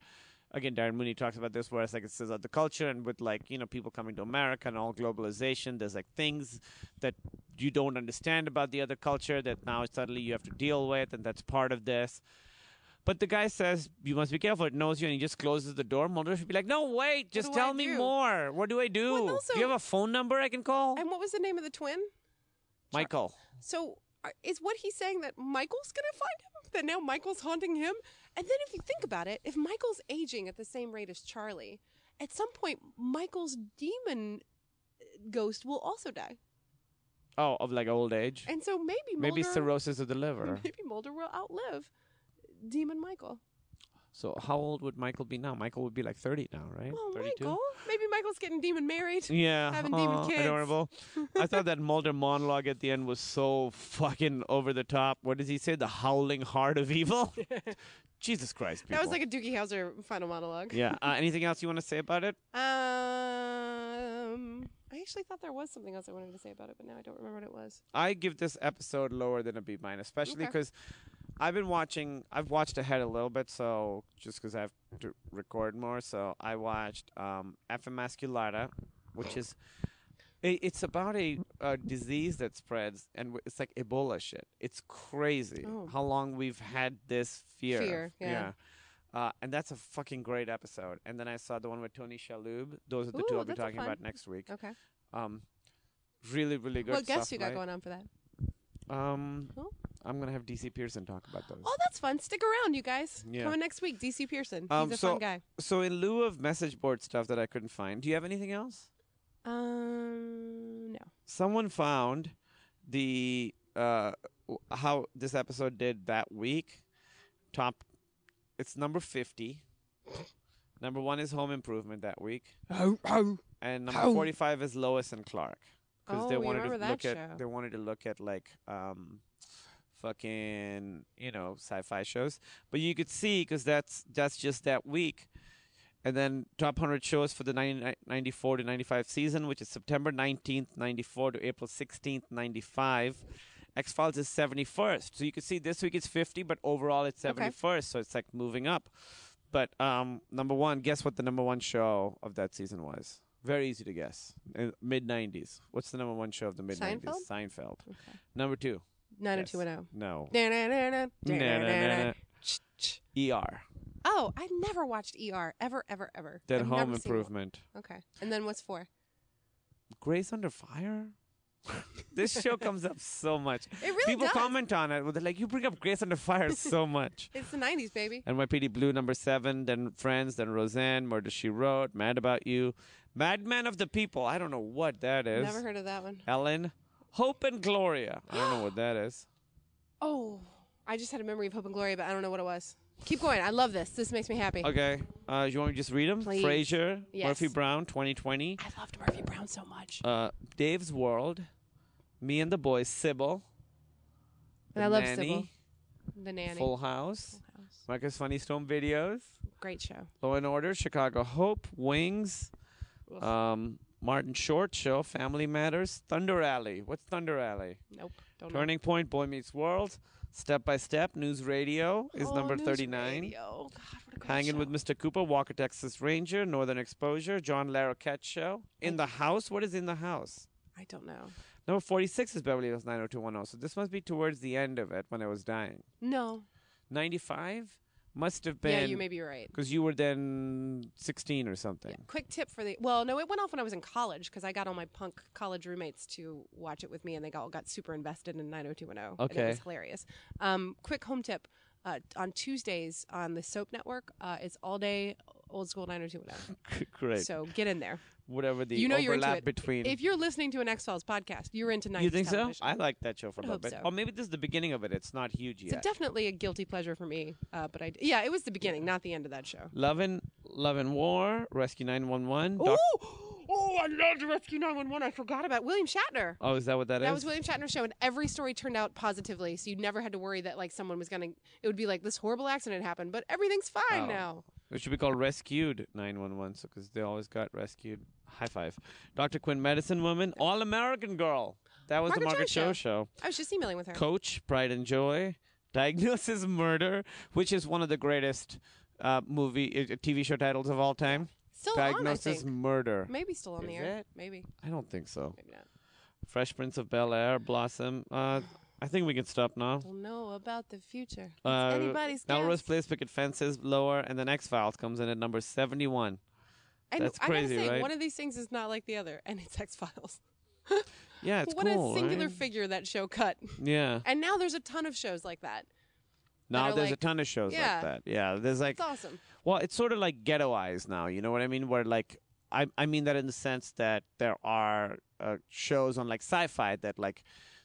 [SPEAKER 5] again, Darren Mooney talks about this where it's like it's this other culture. And with like, you know, people coming to America and all globalization, there's like things that you don't understand about the other culture that now suddenly you have to deal with. And that's part of this. But the guy says, You must be careful. It knows you. And he just closes the door. Mulder should be like, No, wait. Just
[SPEAKER 6] do
[SPEAKER 5] tell
[SPEAKER 6] I
[SPEAKER 5] me
[SPEAKER 6] do?"
[SPEAKER 5] more. What do I do?
[SPEAKER 6] Well, and
[SPEAKER 5] do you
[SPEAKER 6] also-
[SPEAKER 5] have a phone number I can call?
[SPEAKER 6] And what was the name of the twin?
[SPEAKER 5] Michael.
[SPEAKER 6] So are- is what he's saying that Michael's gonna find him? That now Michael's haunting him? And then if you think about it, if Michael's aging at the same rate as Charlie, at some point Michael's demon uh, ghost will also die.
[SPEAKER 5] Oh, of like old age.
[SPEAKER 6] And so maybe Mulder,
[SPEAKER 5] Maybe cirrhosis of the liver.
[SPEAKER 6] [LAUGHS] maybe Mulder will outlive demon Michael.
[SPEAKER 5] so how old would Michael be now? Michael would be like 30 now, right?
[SPEAKER 6] Well, Oh, Michael, maybe Michael's getting demon married.
[SPEAKER 5] Yeah. [LAUGHS]
[SPEAKER 6] having demon
[SPEAKER 5] aw,
[SPEAKER 6] kids. [LAUGHS]
[SPEAKER 5] Adorable. I thought that Mulder monologue at the end was so fucking over the top. What does he say? The howling heart of
[SPEAKER 6] [LAUGHS]
[SPEAKER 5] evil? Jesus Christ, people.
[SPEAKER 6] That was like a Doogie Howser final monologue.
[SPEAKER 5] yeah. Uh, anything else you want to say about it?
[SPEAKER 6] Um, I actually thought there was something else I wanted to say about it, but now I don't remember what it was.
[SPEAKER 5] I give this episode lower than a B minus, especially
[SPEAKER 6] Okay.
[SPEAKER 5] because I've been watching. I've watched ahead a little bit, so just because I have to record more, so I watched um, Emasculata, which is i- it's about a, a disease that spreads, and w- it's like Ebola shit. It's crazy
[SPEAKER 6] Oh.
[SPEAKER 5] how long we've had this fear.
[SPEAKER 6] Fear, yeah.
[SPEAKER 5] Uh, and that's a fucking great episode. And then I saw the one with Tony Shalhoub. Those are the two
[SPEAKER 6] Ooh,
[SPEAKER 5] I'll be
[SPEAKER 6] that's a
[SPEAKER 5] talking
[SPEAKER 6] fun-
[SPEAKER 5] about next week.
[SPEAKER 6] Okay.
[SPEAKER 5] Um, really, really good.
[SPEAKER 6] what guests
[SPEAKER 5] stuff,
[SPEAKER 6] you got
[SPEAKER 5] Mike.
[SPEAKER 6] going on for that?
[SPEAKER 5] Um,
[SPEAKER 6] Oh.
[SPEAKER 5] I'm gonna have DC Pearson talk about those.
[SPEAKER 6] Oh, that's fun. Stick around, you guys.
[SPEAKER 5] Yeah.
[SPEAKER 6] Coming next week, DC Pearson.
[SPEAKER 5] Um,
[SPEAKER 6] He's a
[SPEAKER 5] so,
[SPEAKER 6] fun guy.
[SPEAKER 5] So in lieu of message board stuff that I couldn't find, do you have anything else?
[SPEAKER 6] Um, no.
[SPEAKER 5] Someone found the uh, w- how this episode did that week. Top, it's number fifty. Number one is Home Improvement that week, and number forty-five is Lois and Clark because
[SPEAKER 6] Oh,
[SPEAKER 5] they
[SPEAKER 6] we
[SPEAKER 5] wanted to
[SPEAKER 6] remember that
[SPEAKER 5] look
[SPEAKER 6] show.
[SPEAKER 5] at they wanted to look at like um, fucking you know sci-fi shows. But you could see because that's that's just that week. And then top 100 shows for the 90 94 to 95 season, which is September 19th, 94 to April 16th, 95. X Files is 71st. So you can see this week it's 50, but overall it's 71st. So it's like moving up. But um, number one, guess what the number one show of that season was? Very easy to guess. Mid 90s. What's the number one show of the mid 90s?
[SPEAKER 6] Seinfeld?
[SPEAKER 5] Seinfeld. Number two. Yes.
[SPEAKER 6] 90210.
[SPEAKER 5] No.
[SPEAKER 6] Da-na-na-na, da-na-na-na.
[SPEAKER 5] Na-na-na-na.
[SPEAKER 6] Ch- ch.
[SPEAKER 5] ER.
[SPEAKER 6] Oh, I never watched ER ever, ever, ever.
[SPEAKER 5] Then
[SPEAKER 6] I've
[SPEAKER 5] Home
[SPEAKER 6] never seen one.
[SPEAKER 5] Improvement.
[SPEAKER 6] Okay, and then what's four?
[SPEAKER 5] Grace Under Fire? [LAUGHS] this show comes up so much. It
[SPEAKER 6] really
[SPEAKER 5] People
[SPEAKER 6] does.
[SPEAKER 5] comment on it. They're like, you bring up Grace Under
[SPEAKER 6] [LAUGHS]
[SPEAKER 5] Fire so much.
[SPEAKER 6] It's the '90s, baby.
[SPEAKER 5] NYPD Blue, number seven, then Friends, then Roseanne, Murder She Wrote, Mad About You, Madman of the People. I don't know what that is.
[SPEAKER 6] Never heard of that one.
[SPEAKER 5] Ellen, Hope and Gloria. I don't know what that is.
[SPEAKER 6] Oh, I just had a memory of Hope and Glory, but I don't know what it was. Keep going. I love this. This makes me happy.
[SPEAKER 5] Okay. Uh, you want me to just read them?
[SPEAKER 6] Please.
[SPEAKER 5] Frasier,
[SPEAKER 6] Yes.
[SPEAKER 5] Murphy Brown, 2020,
[SPEAKER 6] I loved Murphy Brown so much,
[SPEAKER 5] uh, Dave's World, Me and the Boys, Sybil.
[SPEAKER 6] and I
[SPEAKER 5] The
[SPEAKER 6] love
[SPEAKER 5] Nanny,
[SPEAKER 6] Sybil, the nanny.
[SPEAKER 5] Full House,
[SPEAKER 6] House.
[SPEAKER 5] Marcus Funny Stone Videos,
[SPEAKER 6] Great show.
[SPEAKER 5] Law and Order, Chicago Hope, Wings, um, Martin Short Show, Family Matters, Thunder Alley. What's Thunder Alley?
[SPEAKER 6] Nope. Don't know.
[SPEAKER 5] Turning Point, Boy Meets World, Step by Step, News Radio is
[SPEAKER 6] Oh,
[SPEAKER 5] number
[SPEAKER 6] News
[SPEAKER 5] 39.
[SPEAKER 6] Radio. God, what a great
[SPEAKER 5] Hanging with
[SPEAKER 6] show.
[SPEAKER 5] Mr. Cooper, Walker, Texas Ranger, Northern Exposure, John Larroquette Show. In the House? What is In the House?
[SPEAKER 6] I don't know.
[SPEAKER 5] Number 46 is Beverly Hills 90210. So this must be towards the end of it when I was dying.
[SPEAKER 6] No.
[SPEAKER 5] 95 must have been.
[SPEAKER 6] Yeah, you may be right.
[SPEAKER 5] Because you were then 16 or something.
[SPEAKER 6] Quick tip for the well, no, it went off when I was in college because I got all my punk college roommates to watch it with me, and they all got super invested in 90210. and
[SPEAKER 5] Okay.
[SPEAKER 6] it was hilarious. Um, quick home tip: uh, on Tuesdays on the Soap Network, uh, it's all day old school 90210.
[SPEAKER 5] [LAUGHS] Great.
[SPEAKER 6] So get in there.
[SPEAKER 5] Whatever the
[SPEAKER 6] you know you're into
[SPEAKER 5] overlap
[SPEAKER 6] it.
[SPEAKER 5] between.
[SPEAKER 6] If you're listening to an X Files podcast, you're into 90s
[SPEAKER 5] you think so?
[SPEAKER 6] television.
[SPEAKER 5] I like that show for a
[SPEAKER 6] I
[SPEAKER 5] little
[SPEAKER 6] hope
[SPEAKER 5] bit.
[SPEAKER 6] so.
[SPEAKER 5] Or maybe this is the beginning of it. It's not huge
[SPEAKER 6] It's
[SPEAKER 5] yet.
[SPEAKER 6] definitely a guilty pleasure for me, uh, but I yeah, it was the beginning, not the end of that show.
[SPEAKER 5] Love and Love and War, Rescue 911. Doc-
[SPEAKER 6] Oh, oh, I loved Rescue 911. I forgot about William Shatner.
[SPEAKER 5] oh, is that what that is?
[SPEAKER 6] That was William Shatner's show, and every story turned out positively, so you never had to worry that like someone was gonna. It would be like this horrible accident happened, but everything's fine
[SPEAKER 5] Oh.
[SPEAKER 6] now.
[SPEAKER 5] It should be called Rescued 911, so because they always got rescued. High five. Dr. Quinn, Medicine Woman, All American Girl. That was the
[SPEAKER 6] Margaret
[SPEAKER 5] Margaret
[SPEAKER 6] Cho
[SPEAKER 5] Cho
[SPEAKER 6] show.
[SPEAKER 5] show.
[SPEAKER 6] I was just emailing with her.
[SPEAKER 5] Coach, Pride and Joy, Diagnosis [LAUGHS] Murder, which is one of the greatest uh, movie uh, TV show titles of all time.
[SPEAKER 6] Still on, I
[SPEAKER 5] Diagnosis
[SPEAKER 6] think.
[SPEAKER 5] Murder.
[SPEAKER 6] Maybe still on the
[SPEAKER 5] Is
[SPEAKER 6] air.
[SPEAKER 5] it?
[SPEAKER 6] Maybe,
[SPEAKER 5] I don't think so.
[SPEAKER 6] maybe not.
[SPEAKER 5] Fresh Prince of Bel Air, Blossom. Uh, I think we can stop now.
[SPEAKER 6] We'll know about the future. It's
[SPEAKER 5] Uh,
[SPEAKER 6] anybody's
[SPEAKER 5] Melrose
[SPEAKER 6] guess.
[SPEAKER 5] Place, Picket Fences, lower, and then X Files comes in at number 71.
[SPEAKER 6] I, know-
[SPEAKER 5] That's
[SPEAKER 6] I
[SPEAKER 5] crazy,
[SPEAKER 6] gotta say,
[SPEAKER 5] right?
[SPEAKER 6] one of these things is not like the other, and it's X [LAUGHS] Files.
[SPEAKER 5] Yeah, it's
[SPEAKER 6] What
[SPEAKER 5] cool.
[SPEAKER 6] a singular
[SPEAKER 5] right?
[SPEAKER 6] figure that show cut.
[SPEAKER 5] Yeah.
[SPEAKER 6] And now there's a ton of shows like that.
[SPEAKER 5] Now
[SPEAKER 6] are
[SPEAKER 5] there's a
[SPEAKER 6] like-
[SPEAKER 5] ton of shows
[SPEAKER 6] Yeah.
[SPEAKER 5] like that. Yeah, there's like
[SPEAKER 6] It's awesome.
[SPEAKER 5] well, it's sort of like ghettoized now. You know what I mean? Where like I I mean that in the sense that there are uh, shows on like sci-fi that like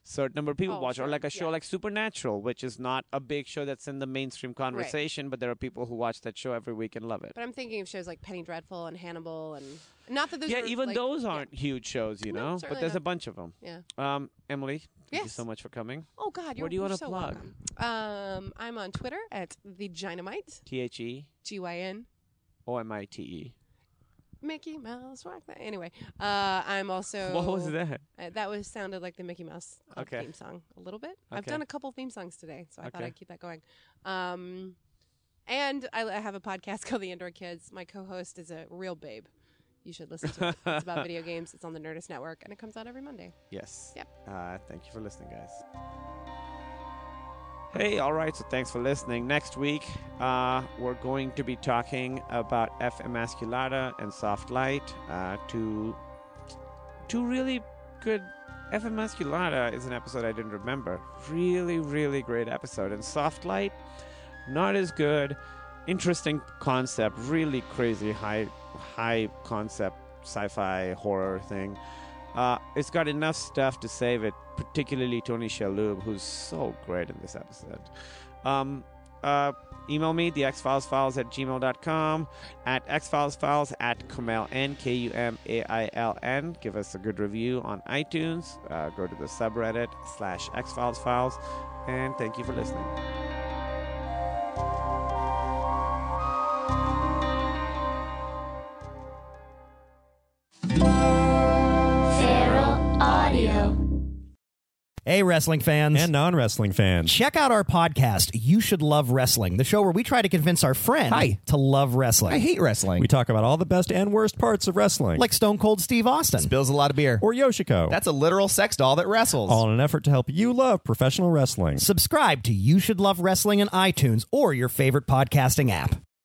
[SPEAKER 5] certain number of people
[SPEAKER 6] Oh,
[SPEAKER 5] watch,
[SPEAKER 6] sure.
[SPEAKER 5] or like a show
[SPEAKER 6] Yeah.
[SPEAKER 5] like Supernatural, which is not a big show that's in the mainstream conversation, but there are people who watch that show every week and love it.
[SPEAKER 6] But I'm thinking of shows like Penny Dreadful and Hannibal, and not that those.
[SPEAKER 5] yeah,
[SPEAKER 6] were,
[SPEAKER 5] even
[SPEAKER 6] like-
[SPEAKER 5] those
[SPEAKER 6] yeah.
[SPEAKER 5] aren't huge shows, you
[SPEAKER 6] No,
[SPEAKER 5] know.
[SPEAKER 6] certainly
[SPEAKER 5] but there's a
[SPEAKER 6] not.
[SPEAKER 5] bunch of them.
[SPEAKER 6] Yeah.
[SPEAKER 5] Um, Emily, thank you
[SPEAKER 6] Yes.
[SPEAKER 5] so much for coming.
[SPEAKER 6] Oh God, you're,
[SPEAKER 5] do you
[SPEAKER 6] you're
[SPEAKER 5] wanna
[SPEAKER 6] so
[SPEAKER 5] plug?
[SPEAKER 6] welcome. Um, I'm on Twitter at the Dynamite
[SPEAKER 5] T H E
[SPEAKER 6] G Y N
[SPEAKER 5] O M I T E.
[SPEAKER 6] Mickey Mouse rock that. Anyway, uh, I'm
[SPEAKER 5] [LAUGHS]
[SPEAKER 6] also.
[SPEAKER 5] What was that?
[SPEAKER 6] Uh, that was sounded like the Mickey Mouse Club
[SPEAKER 5] Okay.
[SPEAKER 6] theme song a little bit. I've
[SPEAKER 5] Okay.
[SPEAKER 6] done a couple theme songs today, so I thought
[SPEAKER 5] Okay.
[SPEAKER 6] I'd keep that going. Um, and I, I have a podcast [LAUGHS] called The Indoor Kids. My co-host is a real babe. You should listen to it.
[SPEAKER 5] [LAUGHS]
[SPEAKER 6] it's about video games. It's on the Nerdist Network, and it comes out every Monday.
[SPEAKER 5] Yes.
[SPEAKER 6] Yep.
[SPEAKER 5] Uh, thank you for listening, guys. Hey, all right, so thanks for listening. Next week, uh, we're going to be talking about F. Emasculata and Soft Light. Uh, two, two really good. F. Emasculata is an episode I didn't remember. Really, really great episode. And Soft Light, not as good. Interesting concept, really crazy high, high concept sci fi horror thing Uh, it's got enough stuff to save it, particularly Tony Shalhoub, who's so great in this episode. Um, uh, email me, thexfilesfiles at gmail.com, at xfilesfiles at kumailn, K-U-M-A-I-L-N. Give us a good review on iTunes. Uh, go to the subreddit slash xfilesfiles. And thank you for listening.
[SPEAKER 4] Feral Audio.
[SPEAKER 7] Hey, wrestling fans.
[SPEAKER 8] um,
[SPEAKER 9] and non wrestling fans.
[SPEAKER 7] Check out our podcast, You Should Love Wrestling, the show where we try to convince our friend
[SPEAKER 8] Hi.
[SPEAKER 7] to love wrestling.
[SPEAKER 8] I hate wrestling.
[SPEAKER 9] We talk about all the best and worst parts of wrestling,
[SPEAKER 7] like Stone Cold Steve Austin.
[SPEAKER 8] Spills a lot of beer.
[SPEAKER 9] or Yoshiko.
[SPEAKER 8] That's a literal sex doll that wrestles.
[SPEAKER 9] all in an effort to help you love professional wrestling.
[SPEAKER 7] Subscribe to You Should Love Wrestling on iTunes or your favorite podcasting app.